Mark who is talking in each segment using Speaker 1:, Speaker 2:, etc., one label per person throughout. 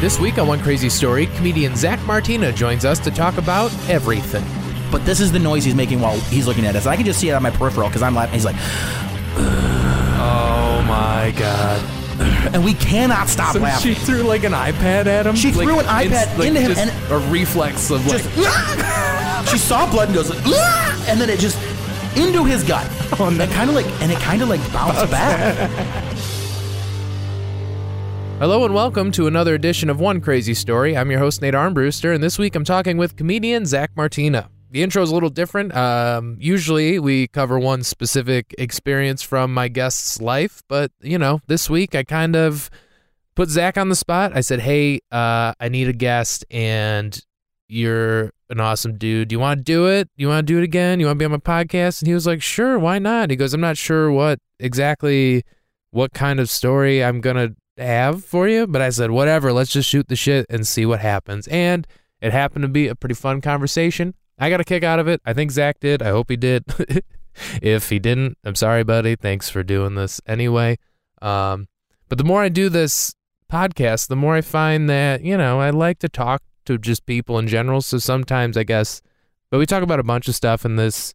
Speaker 1: This week on One Crazy Story, comedian Zach Martina joins us to talk about everything.
Speaker 2: But this is the noise he's making while he's looking at us. I can just see it on my peripheral because I'm laughing. He's like,
Speaker 1: Oh my god.
Speaker 2: and we cannot stop
Speaker 1: So
Speaker 2: laughing.
Speaker 1: she threw like an iPad at him.
Speaker 2: She
Speaker 1: Like,
Speaker 2: threw an iPad
Speaker 1: it's, like,
Speaker 2: into him
Speaker 1: just
Speaker 2: and-
Speaker 1: a reflex of like,
Speaker 2: Just, she saw blood and goes, "Ah!" and then it just into his gut.
Speaker 1: Oh, no.
Speaker 2: And kind of like, and it kind of like bounced back.
Speaker 1: Hello and welcome to another edition of One Crazy Story. I'm your host Nate Armbruster, and this week I'm talking with comedian Zach Martina. The intro is a little different. Um, usually we cover one specific experience from my guest's life, but you know, this week I kind of put Zach on the spot. I said, "Hey, uh, I need a guest, and you're an awesome dude. Do you want to do it? You want to do it again? You want to be on my podcast?" And he was like, "Sure, why not?" He goes, "I'm not sure what exactly." what kind of story I'm gonna have for you, but I said, whatever, let's just shoot the shit and see what happens. And it happened to be a pretty fun conversation. I got a kick out of it. I think Zach did. I hope he did. if he didn't, I'm sorry, buddy. Thanks for doing this anyway. Um, but the more I do this podcast, the more I find that, you know, I like to talk to just people in general. So sometimes I guess, but we talk about a bunch of stuff in this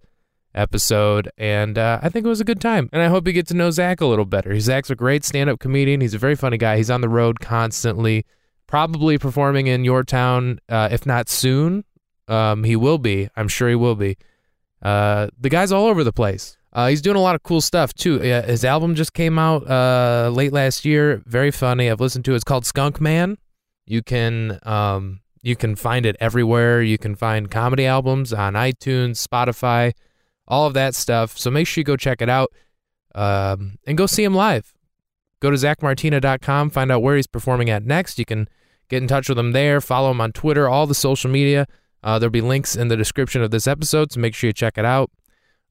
Speaker 1: episode, and uh, I think it was a good time. And I hope you get to know Zach a little better. Zach's a great stand-up comedian. He's a very funny guy. He's on the road constantly, probably performing in your town, uh, if not soon. Um, he will be. I'm sure he will be. Uh, the guy's all over the place. Uh, he's doing a lot of cool stuff too. Uh, his album just came out uh, late last year. Very funny. I've listened to it. It's called Skunk Man. You can um, you can find it everywhere. You can find comedy albums on iTunes, Spotify all of that stuff. So make sure you go check it out um, and go see him live. Go to zachmartina.com, find out where he's performing at next. You can get in touch with him there, follow him on Twitter, all the social media. Uh, there'll be links in the description of this episode, so make sure you check it out.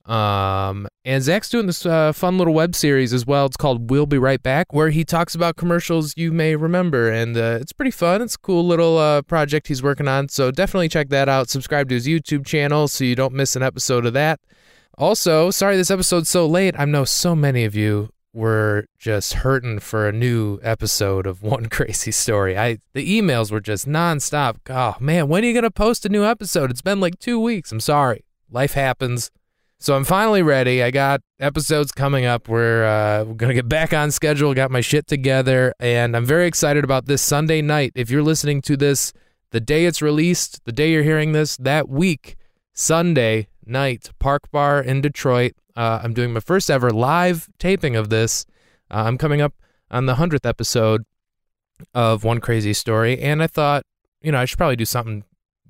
Speaker 1: Um, and Zach's doing this uh, fun little web series as well. It's called We'll Be Right Back, where he talks about commercials you may remember. And uh, it's pretty fun. It's a cool little uh, project he's working on. So definitely check that out. Subscribe to his YouTube channel so you don't miss an episode of that. Also, sorry this episode's so late. I know so many of you were just hurting for a new episode of One Crazy Story. I the emails were just nonstop. Oh man, when are you gonna post a new episode? It's been like two weeks. I'm sorry. Life happens. So I'm finally ready. I got episodes coming up. We're uh, we're gonna get back on schedule. Got my shit together, and I'm very excited about this Sunday night. If you're listening to this, the day it's released, the day you're hearing this, that week, Sunday night, Park Bar in Detroit. Uh, I'm doing my first ever live taping of this. Uh, I'm coming up on the hundredth episode of One Crazy Story, and I thought, you know, I should probably do something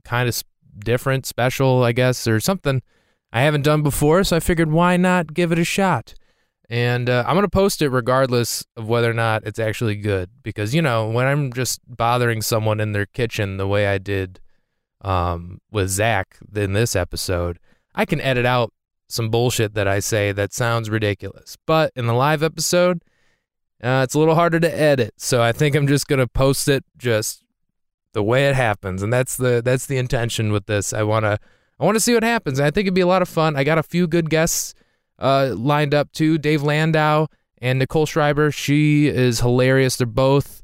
Speaker 1: kind of different, special, I guess, or something I haven't done before, so I figured why not give it a shot. And uh, I'm going to post it regardless of whether or not it's actually good. Because, you know, when I'm just bothering someone in their kitchen the way I did um, with Zach in this episode, I can edit out some bullshit that I say that sounds ridiculous. But in the live episode, uh, it's a little harder to edit. So I think I'm just going to post it just the way it happens. And that's the that's the intention with this. I want to I want to see what happens. I think it'd be a lot of fun. I got a few good guests uh, lined up too. Dave Landau and Nicole Schreiber. She is hilarious. They're both.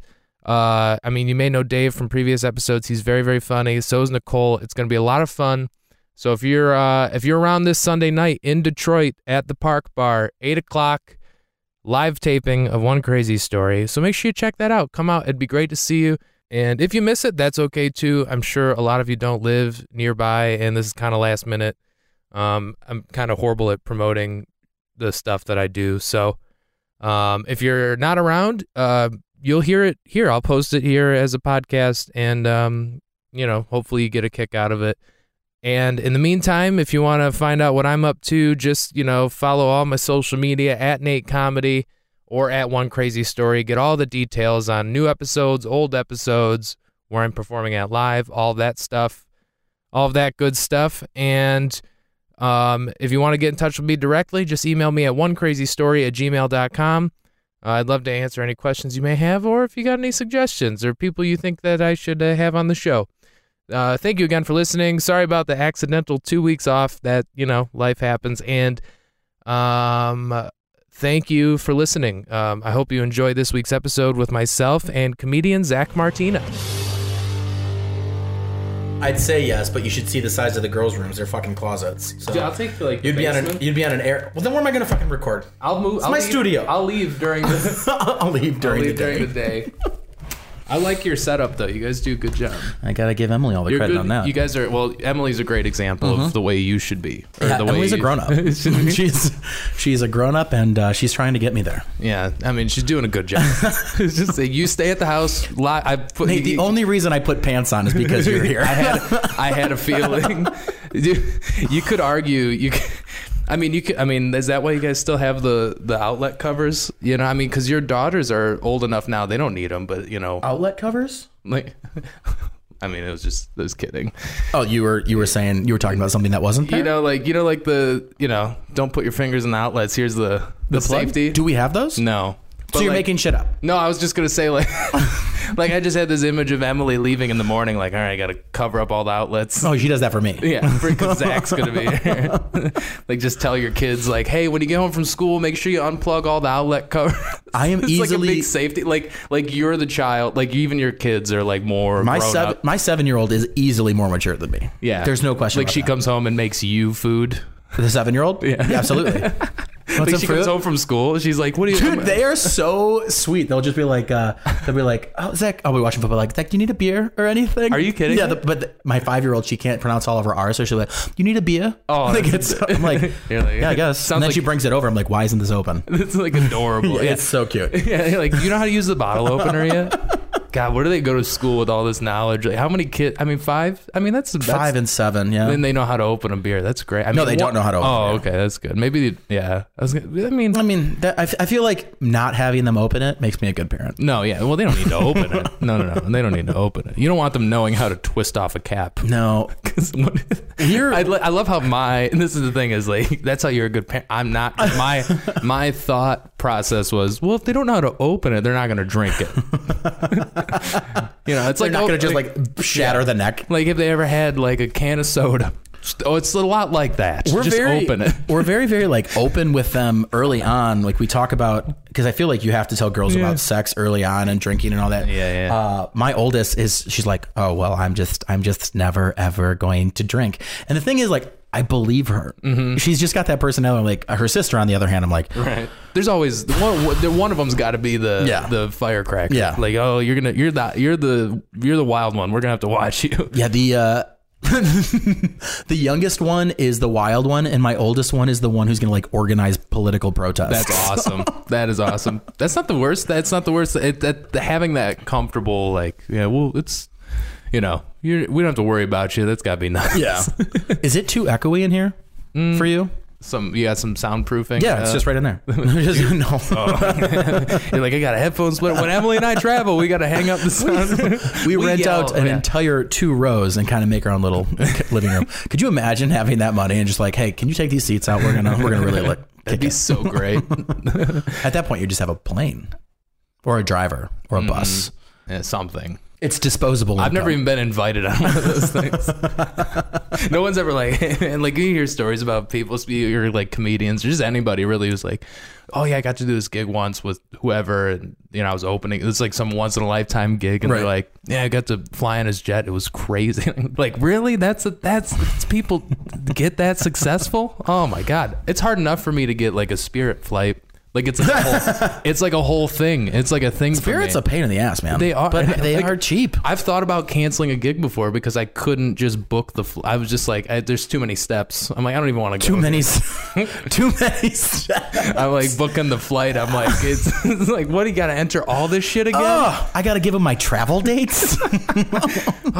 Speaker 1: Uh, I mean, you may know Dave from previous episodes. He's very, very funny. So is Nicole. It's going to be a lot of fun. So if you're uh, if you're around this Sunday night in Detroit at the Park Bar, eight o'clock, live taping of One Crazy Story. So make sure you check that out. Come out. It'd be great to see you. And if you miss it, that's okay too. I'm sure a lot of you don't live nearby, and this is kind of last minute. Um, I'm kind of horrible at promoting the stuff that I do. So um, if you're not around, uh, you'll hear it here. I'll post it here as a podcast, and um, you know, hopefully you get a kick out of it. And in the meantime, if you want to find out what I'm up to, just you know, follow all my social media at Nate Comedy or at One Crazy Story. Get all the details on new episodes, old episodes, where I'm performing at live, all that stuff, all of that good stuff. And um, if you want to get in touch with me directly, just email me at onecrazystory at gmail.com. Uh, I'd love to answer any questions you may have, or if you got any suggestions or people you think that I should uh, have on the show. Uh, thank you again for listening. Sorry about the accidental two weeks off. That you know, life happens. And um, thank you for listening. Um, I hope you enjoyed this week's episode with myself and comedian Zach Martina.
Speaker 2: I'd say yes, but you should see the size of the girls' rooms. They're fucking closets. So
Speaker 3: Dude, I'll take like.
Speaker 2: you'd be on an you'd be on an air. Well, then where am I gonna fucking record?
Speaker 3: I'll move. I'll
Speaker 2: my
Speaker 3: leave-
Speaker 2: studio.
Speaker 3: I'll leave during the.
Speaker 2: I'll leave
Speaker 3: I'll
Speaker 2: during
Speaker 3: leave
Speaker 2: the day.
Speaker 3: during the day. I like your setup though. You guys do a good job.
Speaker 2: I gotta give Emily all the
Speaker 3: You're
Speaker 2: credit
Speaker 3: good.
Speaker 2: on that. Mm-hmm.
Speaker 3: You guys are well. Emily's a great example of the way you should be. Or
Speaker 2: yeah,
Speaker 3: the way
Speaker 2: Emily's a
Speaker 3: you-
Speaker 2: grown up. she's she's a grown up, and uh, she's trying to get me there.
Speaker 1: Yeah, I mean she's doing a good job. It's just that you stay at the house. Li- I put
Speaker 2: Nate, the only reason I put pants on is because you're here.
Speaker 1: I had I had a feeling. you, you could argue you. Could, I mean, you could. I mean, is that why you guys still have the the outlet covers? You know, I mean, because your daughters are old enough now; they don't need them. But you know,
Speaker 2: Outlet covers?
Speaker 1: like, I mean, it was just I was kidding.
Speaker 2: Oh, you were you were saying you were talking about something that wasn't there.
Speaker 1: You know, like you know, like the you know, don't put your fingers in the outlets. Here's the the,
Speaker 2: Plug?
Speaker 1: safety.
Speaker 2: Do we have those?
Speaker 1: no.
Speaker 2: So you're
Speaker 1: like-
Speaker 2: making shit up.
Speaker 1: No, I was just gonna say like, like I just had this image of Emily leaving in the morning. Like, all right, I gotta cover up all the outlets.
Speaker 2: Oh, she does that for me.
Speaker 1: Yeah, freaking Zach's gonna be here. like, just tell your kids, like, hey, when you get home from school, make sure you unplug all the outlet covers.
Speaker 2: I am
Speaker 1: it's like a
Speaker 2: easily-
Speaker 1: big safety. Like, like you're the child. Like, even your kids are like more
Speaker 2: My
Speaker 1: grown
Speaker 2: seven
Speaker 1: up.
Speaker 2: my seven year old is easily more mature than me.
Speaker 1: Yeah,
Speaker 2: there's no question.
Speaker 1: Like,
Speaker 2: about
Speaker 1: she
Speaker 2: that.
Speaker 1: comes home and makes you food.
Speaker 2: The seven year old? Yeah. absolutely. Want
Speaker 1: Like,
Speaker 2: some
Speaker 1: she comes
Speaker 2: fruit?
Speaker 1: home from school. She's like, what are you?
Speaker 2: Dude, they are so sweet. They'll just be like, uh, they'll be like, oh, Zach, I'll be watching football. Like, Zach, do you need a beer or anything?
Speaker 1: Are you kidding
Speaker 2: Yeah,
Speaker 1: me?
Speaker 2: the, but the, my five year old, she can't pronounce all of her R's, so she'll be like, you need a beer?
Speaker 1: Oh,
Speaker 2: like,
Speaker 1: that's-
Speaker 2: it's, I'm like,
Speaker 1: You're like-
Speaker 2: yeah, I guess.
Speaker 1: Sounds
Speaker 2: and then
Speaker 1: like-
Speaker 2: she brings it over. I'm like, why isn't this open?
Speaker 1: it's like adorable.
Speaker 2: Yeah, It's so cute.
Speaker 1: Yeah, you're like you know how to use the bottle opener yet? God, where do they go to school with all this knowledge? Like, how many kids? I mean, five. I mean, that's, that's
Speaker 2: Five and seven, yeah.
Speaker 1: Then they know how to open a beer. That's great. I mean,
Speaker 2: No, they don't know how to open
Speaker 1: Oh,
Speaker 2: it.
Speaker 1: okay, that's good. Maybe, the- yeah. I was. gonna- I mean,
Speaker 2: I mean, that, I, f- I feel like not having them open it makes me a good parent.
Speaker 1: no, yeah. Well, they don't need to open it. No, no, no. They don't need to open it. You don't want them knowing how to twist off a cap.
Speaker 2: No,
Speaker 1: 'Cause what-
Speaker 2: You're-
Speaker 1: I, lo- I love how my. And this is the thing is like that's how you're a good parent. I'm not. My my thought process was well, if they don't know how to open it, they're not going to drink it. you know, it's
Speaker 2: they're
Speaker 1: like
Speaker 2: not
Speaker 1: oh,
Speaker 2: going to just like shatter the neck.
Speaker 1: like if they ever had like a can of soda. Just- Oh, it's a lot like that. just open it.
Speaker 2: we're very, very like open with them early on. Like we talk about because I feel like you have to tell girls about sex early on and drinking and all that.
Speaker 1: Yeah, yeah.
Speaker 2: Uh, my oldest is she's like, oh well, I'm just, I'm just never ever going to drink. And the thing is, like, I believe her. She's just got that personality. Like her sister, on the other hand, I'm like,
Speaker 1: Right. There's always the one. one- the- One of them's got to be the
Speaker 2: Yeah.
Speaker 1: the firecracker.
Speaker 2: Yeah.
Speaker 1: Like oh you're gonna you're that you're the you're the wild one. We're gonna have to watch you.
Speaker 2: yeah, the. uh the youngest one is the wild one, and my oldest one is the one who's gonna like organize political protests.
Speaker 1: That's awesome. that is awesome. That's not the worst. That's not the worst. It, that having that comfortable like yeah well it's you know you're, we don't have to worry about you. That's Mm. got to be nice.
Speaker 2: yeah. is it too echoey in here for you?
Speaker 1: Some you got some soundproofing.
Speaker 2: Yeah, it's
Speaker 1: uh,
Speaker 2: just right in there. Just- no.
Speaker 1: Oh. you're like I got a headphone split. When Emily and I travel, we got to hang up the sound.
Speaker 2: we,
Speaker 1: we
Speaker 2: rent
Speaker 1: yell,
Speaker 2: out an
Speaker 1: yeah.
Speaker 2: entire two rows and kind of make our own little living room. Could you imagine having that money and just like, hey, can you take these seats out? We're gonna we're gonna really look.
Speaker 1: That'd
Speaker 2: Kick
Speaker 1: be
Speaker 2: it.
Speaker 1: so Oh, great.
Speaker 2: At that point, you just have a plane or a driver or a bus.
Speaker 1: Yeah, something.
Speaker 2: It's disposable.
Speaker 1: Mm-hmm. I've never even been invited on one of those things. no one's ever like, and like you hear stories about people, you're like comedians, or just anybody really who's like, oh yeah, I got to do this gig once with whoever, and you know I was opening. It's like some once in a lifetime gig, and they're
Speaker 2: Right.
Speaker 1: like, yeah, I got to fly on his jet. It was crazy. like really, that's a, that's, that's people get that successful. Oh my god, it's hard enough for me to get like a Spirit flight. Like it's like a whole, it's like a whole thing. It's like a thing. for
Speaker 2: Spirits
Speaker 1: me.
Speaker 2: a pain in the ass, man.
Speaker 1: They are,
Speaker 2: but they
Speaker 1: like-
Speaker 2: are cheap.
Speaker 1: I've thought about canceling a gig before because I couldn't just book the. Fl- I was just like, I, there's too many steps. I'm like, I don't even want to go.
Speaker 2: Too many, s- too many. steps.
Speaker 1: I'm like booking the flight. I'm like, it's, it's like, what do you got to enter all this shit again? Oh.
Speaker 2: Oh, I gotta give them my travel dates.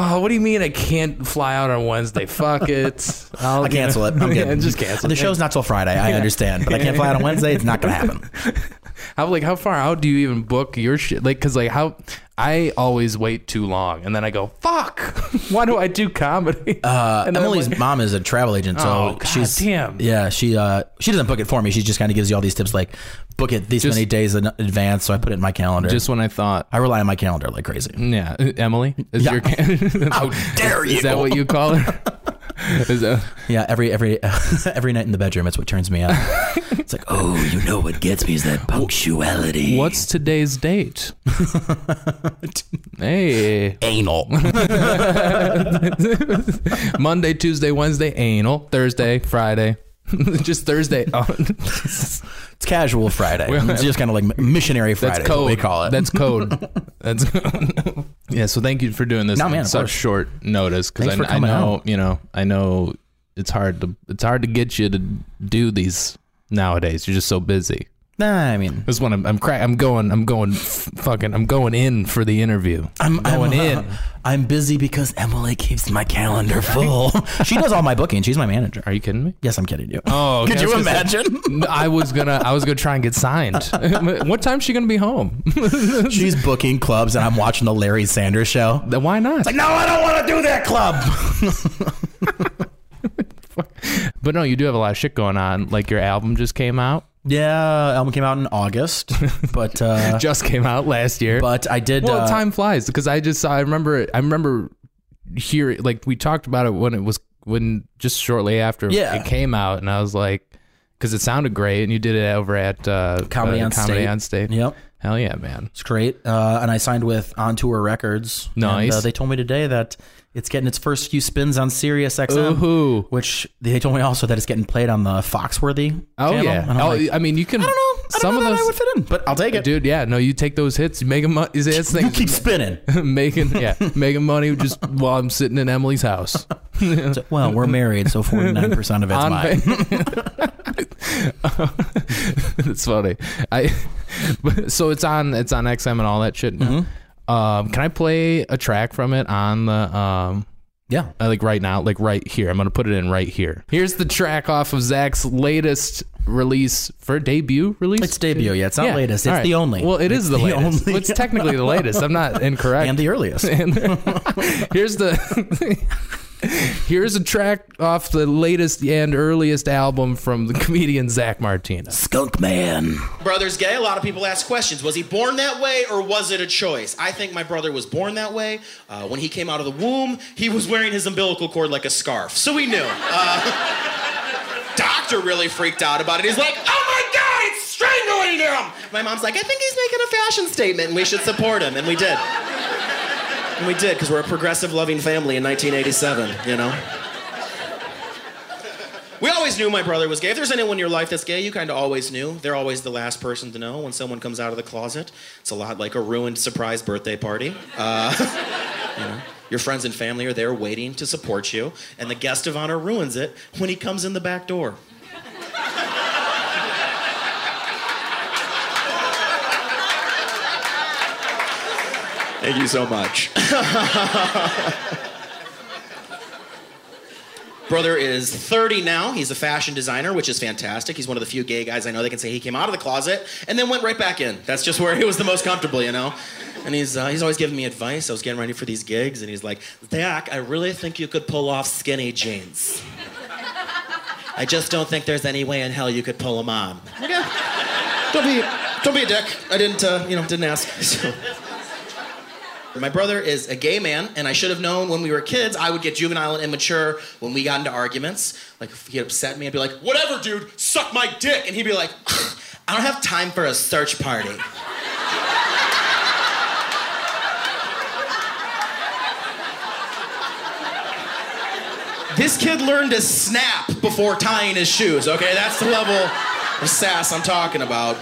Speaker 1: Oh, what do you mean I can't fly out on Wednesday? Fuck it. I'll
Speaker 2: I cancel it. I'm
Speaker 1: Yeah,
Speaker 2: good.
Speaker 1: just cancel.
Speaker 2: The
Speaker 1: it.
Speaker 2: show's not till Friday. I understand, but I can't fly out on Wednesday. It's not gonna happen.
Speaker 1: How like how far out do you even book your shit? Like, cause like how I always wait too long, and then I go, fuck. Why do I do comedy? Uh, and then I'm
Speaker 2: Emily's
Speaker 1: like,
Speaker 2: mom is a travel agent, so
Speaker 1: Oh, God
Speaker 2: she's
Speaker 1: damn.
Speaker 2: Yeah, she uh she doesn't book it for me. She just kind of gives you all these tips, like book it these many days in advance. So I put it in my calendar.
Speaker 1: just when I thought
Speaker 2: I rely on my calendar like crazy.
Speaker 1: Yeah, uh, Emily is
Speaker 2: Yeah.
Speaker 1: your. Can-
Speaker 2: How dare
Speaker 1: Is
Speaker 2: you.
Speaker 1: that what you call her?
Speaker 3: Is that-
Speaker 2: Yeah, every every every night in the bedroom, it's what turns me on. it's like, oh, you know what gets me is that punctuality.
Speaker 1: What's today's date? hey.
Speaker 2: anal?
Speaker 1: Monday, Tuesday, Wednesday, anal. Thursday, Friday. just Thursday. Oh,
Speaker 2: it's casual Friday. It's just kind of like missionary Friday.
Speaker 1: that's
Speaker 2: is what
Speaker 1: code.
Speaker 2: we call it.
Speaker 1: That's code. That's yeah. So thank you for doing this
Speaker 2: No,
Speaker 1: on
Speaker 2: man, of
Speaker 1: such
Speaker 2: course.
Speaker 1: short notice because
Speaker 2: Thanks for
Speaker 1: I, I
Speaker 2: coming
Speaker 1: know you know I know it's hard to it's hard to get you to do these nowadays. You're just so busy.
Speaker 2: nah, I mean,
Speaker 1: This one I'm I'm, cra- I'm going I'm going f- fucking I'm going in for the interview.
Speaker 2: I'm
Speaker 1: Going
Speaker 2: I'm,
Speaker 1: in.
Speaker 2: I'm busy because Emily keeps my calendar full. she does all my booking. She's my manager.
Speaker 1: Are you kidding me?
Speaker 2: Yes, I'm kidding you.
Speaker 1: Oh, okay,
Speaker 2: Could
Speaker 1: I was gonna
Speaker 2: you
Speaker 1: say-
Speaker 2: imagine?
Speaker 1: I was gonna I was gonna try and get signed. what time's she gonna be home?
Speaker 2: She's booking clubs, and I'm watching the Larry Sanders show.
Speaker 1: Then Why not?
Speaker 2: Like, no, I don't want to do that club.
Speaker 1: But no, you do have a lot of shit going on. Like your album just came out.
Speaker 2: yeah, album came out in August, but uh,
Speaker 1: Just came out last year.
Speaker 2: but I did.
Speaker 1: well,
Speaker 2: uh,
Speaker 1: time flies because I just saw. I remember. it- I remember here. Like we talked about it when it was when just shortly after
Speaker 2: Yeah.
Speaker 1: it came out, and I was like, because it sounded great, and you did it over at uh,
Speaker 2: Comedy
Speaker 1: uh,
Speaker 2: on
Speaker 1: comedy
Speaker 2: State.
Speaker 1: on state.
Speaker 2: Yep.
Speaker 1: Hell yeah, man.
Speaker 2: It's great. Uh, and I signed with On Tour Records.
Speaker 1: Nice.
Speaker 2: And, uh, they told me today that it's getting its first few spins on Sirius XM,
Speaker 1: Ooh.
Speaker 2: which they told me also that it's getting played on the Foxworthy.
Speaker 1: Oh
Speaker 2: channel.
Speaker 1: yeah.
Speaker 2: And I'm
Speaker 1: Oh,
Speaker 2: like,
Speaker 1: I mean, you can.
Speaker 2: I don't know. I don't
Speaker 1: some
Speaker 2: know
Speaker 1: of
Speaker 2: that I
Speaker 1: those.
Speaker 2: would fit in, but I'll take it.
Speaker 1: Dude, yeah, no, you take those hits, you make them. Is it it's
Speaker 2: you
Speaker 1: like
Speaker 2: keep spinning.
Speaker 1: making, yeah, making money just while I'm sitting in Emily's house.
Speaker 2: So, well, we're married, so forty nine percent of it's
Speaker 1: on
Speaker 2: mine.
Speaker 1: ba- That's funny. I so it's on it's on XM and all that shit. now.
Speaker 2: Mm-hmm.
Speaker 1: Um, can I play a track from it on the um
Speaker 2: yeah.
Speaker 1: uh, like right now like right here? I'm gonna put it in right here. Here's the track off of Zach's latest release for debut release.
Speaker 2: It's debut. Yeah, it's not
Speaker 1: Yeah.
Speaker 2: latest. It's
Speaker 1: All right.
Speaker 2: the only.
Speaker 1: Well, it
Speaker 2: it's
Speaker 1: is the, latest.
Speaker 2: only.
Speaker 1: Well, it's technically the latest. I'm not incorrect.
Speaker 2: and the earliest.
Speaker 1: And here's the here's a track off the latest and earliest album from the comedian Zach Martinez.
Speaker 2: Skunk Man.
Speaker 4: brother's gay. A lot of people ask questions. Was he born that way or was it a choice? I think my brother was born that way. Uh, when he came out of the womb, he was wearing his umbilical cord like a scarf. So we knew. Uh, doctor really freaked out about it. He's like, oh my God, it's strangling him. My mom's like, I think he's making a fashion statement and we should support him. And we did. And we did because we're a progressive, loving family in 1987, you know? We always knew my brother was gay. If there's anyone in your life that's gay, you kind of always knew. They're always the last person to know when someone comes out of the closet. It's a lot like a ruined surprise birthday party. Uh, you know, your friends and family are there waiting to support you, and the guest of honor ruins it when he comes in the back door. Thank you so much. Brother is 30 now. He's a fashion designer, which is fantastic. He's one of the few gay guys I know that can say he came out of the closet and then went right back in. That's just where he was the most comfortable, you know? And he's, uh, he's always giving me advice. I was getting ready for these gigs, and he's like, Zach, I really think you could pull off skinny jeans. I just don't think there's any way in hell you could pull them on. Okay. Don't be, don't be a dick. I didn't, uh, you know, didn't ask. So. My brother is a gay man, and I should have known when we were kids I would get juvenile and immature when we got into arguments. Like, if he'd upset me, I'd be like, whatever, dude, suck my dick. And he'd be like, I don't have time for a search party. this kid learned to snap before tying his shoes, okay? That's the level of sass I'm talking about.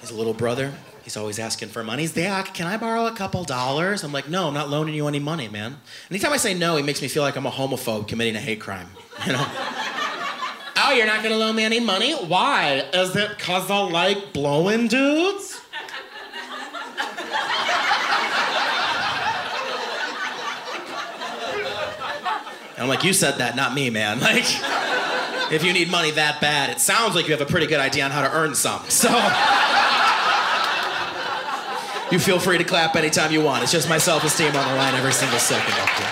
Speaker 4: His little brother, he's always asking for money. He's like, can I borrow a couple dollars? I'm like, no, I'm not loaning you any money, man. Anytime I say no, he makes me feel like I'm a homophobe committing a hate crime. You know? oh, you're not gonna loan me any money? Why? Is it cause I like blowing dudes? And I'm like, you said that, not me, man. Like, if you need money that bad, it sounds like you have a pretty good idea on how to earn some. So. You feel free to clap anytime you want. It's just my self esteem on the line every single second up here.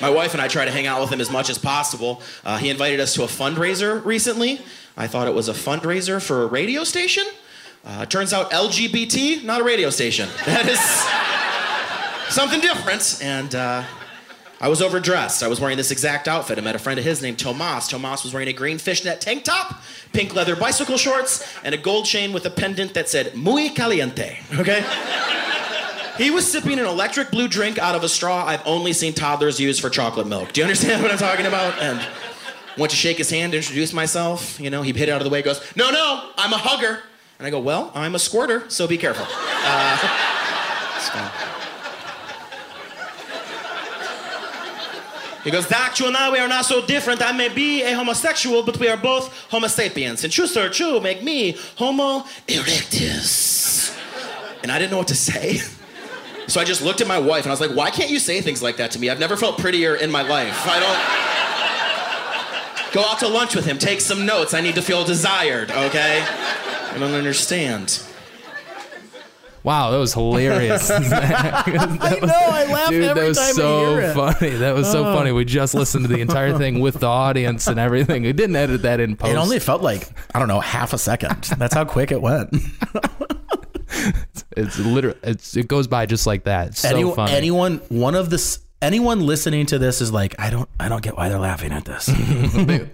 Speaker 4: My wife and I try to hang out with him as much as possible. Uh, he invited us to a fundraiser recently. I thought it was a fundraiser for a radio station. Uh, turns out LGBT, not a radio station. That is something different. And uh, I was overdressed. I was wearing this exact outfit. I met a friend of his named Tomas. Tomas was wearing a green fishnet tank top, pink leather bicycle shorts, and a gold chain with a pendant that said Muy Caliente. Okay? he was sipping an electric blue drink out of a straw I've only seen toddlers use for chocolate milk. Do you understand what I'm talking about? And went to shake his hand, introduce myself. You know, he hit it out of the way, goes, No, no, I'm a hugger. And I go, Well, I'm a squirter, so be careful. Uh, it's fine. He goes, Doc, you and I, we are not so different. I may be a homosexual, but we are both homo sapiens. And you, sir, too, make me homo erectus. And I didn't know what to say. So I just looked at my wife and I was like, why can't you say things like that to me? I've never felt prettier in my life. I don't. Go out to lunch with him, take some notes. I need to feel desired, okay? I don't understand.
Speaker 1: Wow, that was hilarious. that,
Speaker 2: I know, I laugh
Speaker 1: dude,
Speaker 2: every
Speaker 1: that was
Speaker 2: time I hear
Speaker 1: so
Speaker 2: it. Oh.
Speaker 1: funny. That was so funny. We just listened to the entire thing with the audience and everything. We didn't edit that in post.
Speaker 2: It only felt like, I don't know, half a second. That's how quick it went.
Speaker 1: it's literally it's, it goes by just like that. It's so
Speaker 2: Any-
Speaker 1: funny.
Speaker 2: Anyone, one of this, anyone listening to this is like, I don't, I don't get why they're laughing at this.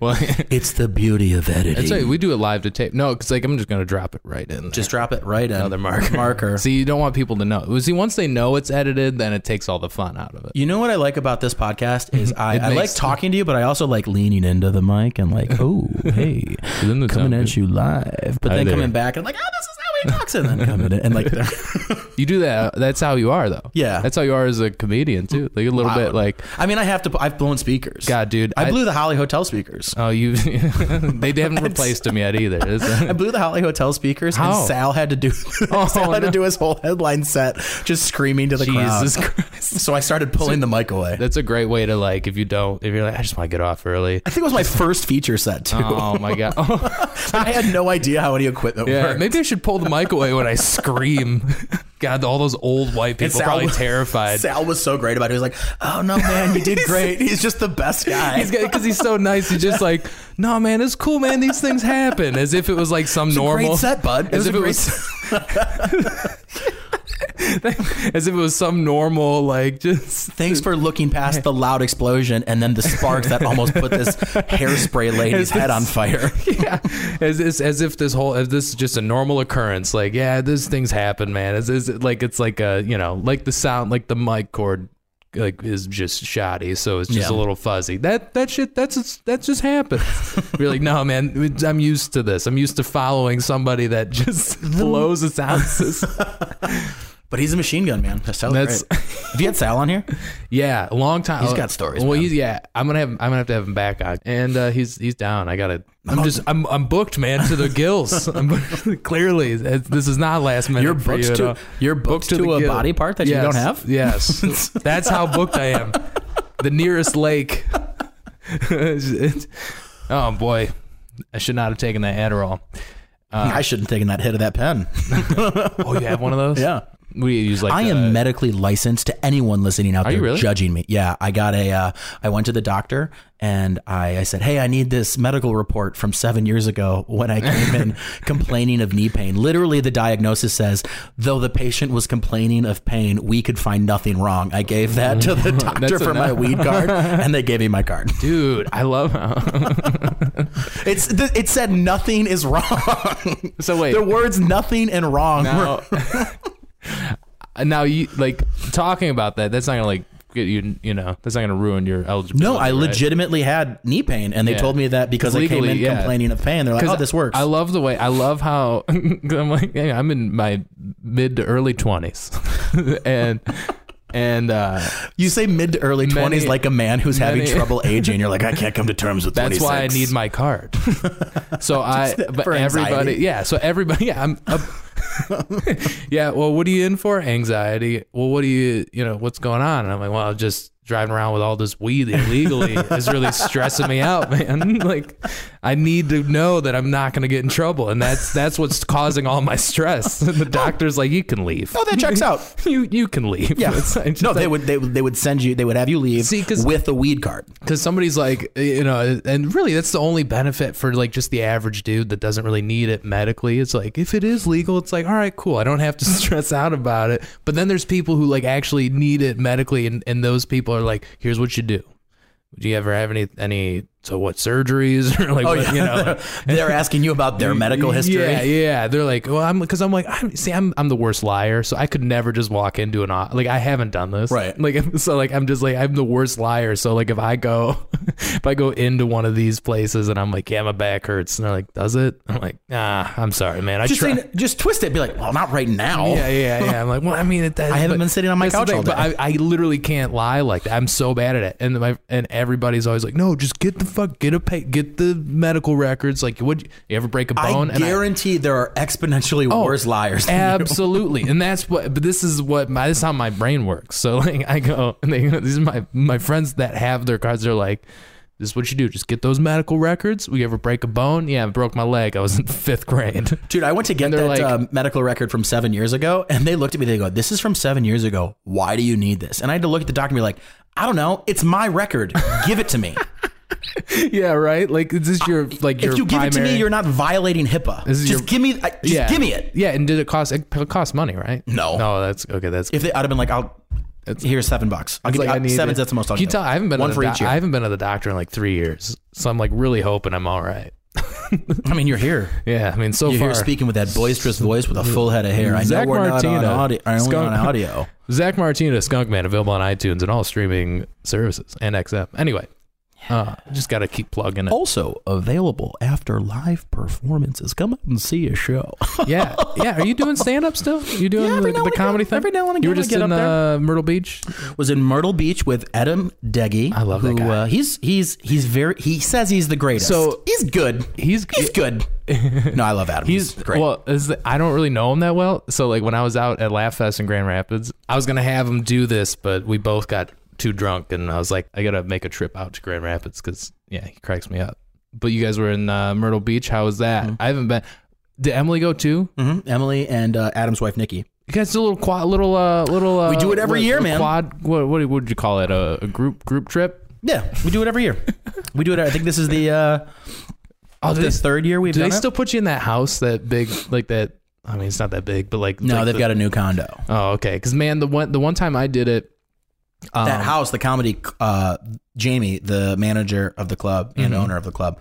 Speaker 1: well,
Speaker 2: it's the beauty of editing.
Speaker 1: that's right. We do it live to tape. No, because like I'm just gonna drop it right in.
Speaker 2: Just drop it right in. Another
Speaker 1: marker.
Speaker 2: Marker.
Speaker 1: See, you don't want people to know. See, once they know it's edited, then it takes all the fun out of it.
Speaker 2: You know what I like about this podcast is I, I like
Speaker 1: makes-
Speaker 2: talking to you, but I also like leaning into the mic and like, oh, hey,
Speaker 1: Doesn't it
Speaker 2: coming
Speaker 1: sound
Speaker 2: at
Speaker 1: good?
Speaker 2: you live, but
Speaker 1: Hi
Speaker 2: then
Speaker 1: there.
Speaker 2: coming back and like, oh, this is how he talks, and then coming in and like,
Speaker 1: You do that. That's how you are, though.
Speaker 2: Yeah.
Speaker 1: that's how you are as a comedian too. Like a little bit like,
Speaker 2: I mean, I have to. I've blown speakers.
Speaker 1: God, dude,
Speaker 2: I
Speaker 1: I-
Speaker 2: blew the Holly Hotel speakers.
Speaker 1: oh, you. they haven't replaced him yet either. It's-
Speaker 2: I blew the Holly Hotel speakers,
Speaker 1: How? Oh,
Speaker 2: and Sal had to do. Sal had
Speaker 1: no.
Speaker 2: to do his whole headline set, just screaming to the
Speaker 1: Jesus
Speaker 2: crowd.
Speaker 1: Christ.
Speaker 2: So I started pulling the mic away.
Speaker 1: That's a great way to like if you don't if you're like I just want to get off early.
Speaker 2: I think it was my first feature set too.
Speaker 1: Oh my god.
Speaker 2: I had no idea how any equipment
Speaker 1: yeah,
Speaker 2: worked.
Speaker 1: maybe I should pull the mic away when I scream. God, all those old white people probably
Speaker 2: was-
Speaker 1: terrified.
Speaker 2: Sal was so great about it. He was like, "Oh no, man, you did great. He's just the best guy."
Speaker 1: He's because he's so nice. He's just like, no, man, it's cool, man. These things happen, as if it was like some
Speaker 2: a great
Speaker 1: normal
Speaker 2: set, bud. It
Speaker 1: As
Speaker 2: was a
Speaker 1: if it
Speaker 2: great
Speaker 1: was, as if it was some normal like just
Speaker 2: Thanks for looking past the loud explosion and then the sparks that almost put this hairspray lady's head on fire.
Speaker 1: yeah, as as, as if this whole as this is just a normal occurrence. Like, yeah, these things happen, man. It's, it's like it's like a you know like the sound like the mic cord like is just shoddy, so it's just
Speaker 2: Yeah.
Speaker 1: a little fuzzy. That that shit that's just, that just happens. You're like, no, man, I'm used to this. I'm used to following somebody that just blows a sound system.
Speaker 2: But he's a machine gun man. That's Sal's
Speaker 1: That's-
Speaker 2: great. Have you had Sal on here?
Speaker 1: Yeah, a long time.
Speaker 2: He's got stories,
Speaker 1: Well,
Speaker 2: man.
Speaker 1: he's yeah. I'm gonna have I'm gonna have to have him back on, and uh, he's he's down. I gotta.
Speaker 2: Oh.
Speaker 1: I'm just I'm I'm booked, man, to the gills. I'm, clearly, it's- this is not last minute.
Speaker 2: You're
Speaker 1: for
Speaker 2: booked
Speaker 1: you at
Speaker 2: to-
Speaker 1: all.
Speaker 2: you're booked to
Speaker 1: the
Speaker 2: a
Speaker 1: gill.
Speaker 2: body part that you
Speaker 1: Yes,
Speaker 2: don't have?
Speaker 1: Yes, that's how booked I am. The nearest lake. It's- oh boy, I should not have taken that Adderall.
Speaker 2: I shouldn't have taken that hit of that pen.
Speaker 1: Oh, you have one of those?
Speaker 2: Yeah.
Speaker 1: What do you use? Like
Speaker 2: I
Speaker 1: uh,
Speaker 2: am medically licensed to anyone listening out there
Speaker 1: you really?
Speaker 2: judging me. Yeah, I got a. Uh, I went to the doctor and I, I said, "Hey, I need this medical report from seven years ago when I came in complaining of knee pain." Literally, the diagnosis says, "Though the patient was complaining of pain, we could find nothing wrong." I gave that to the doctor
Speaker 1: That's
Speaker 2: for my
Speaker 1: enough.
Speaker 2: weed card, and they gave me my card.
Speaker 1: dude. I love how.
Speaker 2: It's th- it said nothing is wrong.
Speaker 1: so wait,
Speaker 2: the words "nothing" and "wrong" were
Speaker 1: now, now you like talking about that. That's not gonna like get you. You know, that's not gonna ruin your eligibility.
Speaker 2: No, I
Speaker 1: right?
Speaker 2: legitimately had knee pain, and they
Speaker 1: Yeah.
Speaker 2: told me that because I
Speaker 1: Legally,
Speaker 2: came in
Speaker 1: yeah.
Speaker 2: complaining of pain. They're like,
Speaker 1: 'Cause
Speaker 2: "Oh, this works."
Speaker 1: I love the way. I love how 'cause I'm like. Hey, I'm in my mid to early twenties, and and uh,
Speaker 2: you say mid to early
Speaker 1: Many-
Speaker 2: twenties like a man who's having
Speaker 1: many-
Speaker 2: trouble aging. You're like, I can't come to terms with.
Speaker 1: that's
Speaker 2: 26.
Speaker 1: why I need my card. So I, but
Speaker 2: for anxiety.
Speaker 1: everybody, yeah. So everybody, yeah. I'm. I'm yeah. Well, what are you in for? Anxiety. Well, what do you, you know, what's going on? And I'm like, well, just driving around with all this weed illegally is really stressing me out, man. like, I need to know that I'm not going to get in trouble, and that's that's what's causing all my stress. the doctor's like, you can leave.
Speaker 2: Oh, that checks out.
Speaker 1: you you can leave.
Speaker 2: Yeah.
Speaker 1: It's like-
Speaker 2: no, they would they, would- they would send you. They would have you leave
Speaker 1: See, 'cause-
Speaker 2: with a weed card.
Speaker 1: because somebody's like you know and really that's the only benefit for like just the average dude that doesn't really need it medically it's like if it is legal it's like all right cool i don't have to stress out about it but then there's people who like actually need it medically and, and those people are like here's what you do do you ever have any any so what surgeries or like
Speaker 2: Oh,
Speaker 1: what,
Speaker 2: yeah.
Speaker 1: you know
Speaker 2: They're asking you about their medical history.
Speaker 1: yeah, yeah. They're like, well, I'm because I'm like, I'm, see, I'm I'm the worst liar, so I could never just walk into an o- like I haven't done this,
Speaker 2: Right.
Speaker 1: Like, so like I'm just like I'm the worst liar, so like if I go if I go into one of these places and I'm like, yeah, my back hurts, and they're like, does it? I'm like, ah, I'm sorry, man. I
Speaker 2: Just,
Speaker 1: tried.
Speaker 2: saying- just twist it. Be like, well, not right now.
Speaker 1: Yeah, yeah, yeah. I'm like, well, I mean, it, that,
Speaker 2: I haven't
Speaker 1: but-
Speaker 2: been sitting on my
Speaker 1: that's the
Speaker 2: couch
Speaker 1: thing,
Speaker 2: all day.
Speaker 1: But I, I literally can't lie like that. I'm so bad at it, and my and everybody's always like, no, just get the fuck, get a pay, get the medical records. Like, would you ever break a
Speaker 2: I
Speaker 1: bone? And I- Oh,
Speaker 2: guarantee there are exponentially worse liars. than you.
Speaker 1: Absolutely, and that's what. But this is what my this is how my brain works. So like I go, and they, these are my my friends that have their cards. They're like, this is what you do. Just get those medical records. We ever break a bone? Yeah, I broke my leg. I was in fifth grade.
Speaker 2: Dude, I went to get
Speaker 1: they're
Speaker 2: that
Speaker 1: like-
Speaker 2: uh, medical record from seven years ago, and they looked at me. They go, "This is from seven years ago. Why do you need this?" And I had to look at the doctor and be like, "I don't know. It's my record. Give it to me.
Speaker 1: yeah, right. Like is this your like your
Speaker 2: if you give it to
Speaker 1: primary-
Speaker 2: me, you're not violating HIPAA.
Speaker 1: This
Speaker 2: Just
Speaker 1: is your-
Speaker 2: give me. I, just
Speaker 1: yeah.
Speaker 2: give me it."
Speaker 1: Yeah, and did it cost? It cost money, right?
Speaker 2: No.
Speaker 1: no. That's okay. That's
Speaker 2: If they, I'd have been like, "I'll." here's seven bucks. I'll give
Speaker 1: It's
Speaker 2: you
Speaker 1: like I
Speaker 2: uh,
Speaker 1: need it.
Speaker 2: seven's. That's the most I'll
Speaker 1: Can you
Speaker 2: give.
Speaker 1: tell I haven't been
Speaker 2: one
Speaker 1: to the
Speaker 2: for
Speaker 1: doc-
Speaker 2: each year.
Speaker 1: I haven't been to the doctor in like three years, so I'm like really hoping I'm all right.
Speaker 2: I mean, you're here.
Speaker 1: Yeah, I mean so
Speaker 2: You're
Speaker 1: far
Speaker 2: here speaking with that boisterous voice with a full head of hair. I know
Speaker 1: Zach
Speaker 2: we're not on
Speaker 1: Martino.
Speaker 2: audio. I know we're
Speaker 1: Skunk-
Speaker 2: on audio.
Speaker 1: Zach Martina, Skunk Man, available on iTunes and all streaming services and XM. Anyway, uh, just got to keep plugging it.
Speaker 2: Also available after live performances. Come out and see a show.
Speaker 1: Yeah, yeah. Are you doing stand up still? You doing
Speaker 2: Yeah, every
Speaker 1: the,
Speaker 2: now
Speaker 1: the
Speaker 2: and
Speaker 1: comedy
Speaker 2: again.
Speaker 1: thing?
Speaker 2: Every now and
Speaker 1: You
Speaker 2: again
Speaker 1: were
Speaker 2: I
Speaker 1: just
Speaker 2: get up
Speaker 1: in uh, Myrtle Beach.
Speaker 2: was in Myrtle Beach with Adam Deggy. I
Speaker 1: love that guy.
Speaker 2: Uh, he's he's he's very. He says he's the greatest.
Speaker 1: So-
Speaker 2: he's good.
Speaker 1: He's-
Speaker 2: he's good. no, I love Adam. He's, great.
Speaker 1: Well, is the, I don't really know him that well. So like when I was out at Laugh Fest in Grand Rapids, I was gonna have him do this, but we both got too drunk, and I was like, I gotta make a trip out to Grand Rapids because yeah, he cracks me up. But you guys were in uh, Myrtle Beach. How was that?
Speaker 2: Mm-hmm.
Speaker 1: I haven't been. Did Emily go too?
Speaker 2: Mhm. Emily and uh, Adam's wife Nikki.
Speaker 1: You guys do a little quad, little, uh, little. Uh,
Speaker 2: We do it every
Speaker 1: what-
Speaker 2: year,
Speaker 1: a
Speaker 2: man.
Speaker 1: Quad. What, what would you call it? A, a group group trip?
Speaker 2: Yeah, we do it every year. we do it. I think this is the uh,
Speaker 1: Oh,
Speaker 2: the third year we've
Speaker 1: Do
Speaker 2: done
Speaker 1: they
Speaker 2: it.
Speaker 1: still put you in that house? That big, like that. I mean, it's not that big, but like.
Speaker 2: no,
Speaker 1: like
Speaker 2: they've
Speaker 1: the-
Speaker 2: got a new condo.
Speaker 1: Oh, okay. Because man, the one the one time I did it, Um,
Speaker 2: that house, the comedy, uh, Jamie, the manager of the club and
Speaker 1: Mm-hmm.
Speaker 2: owner of the club,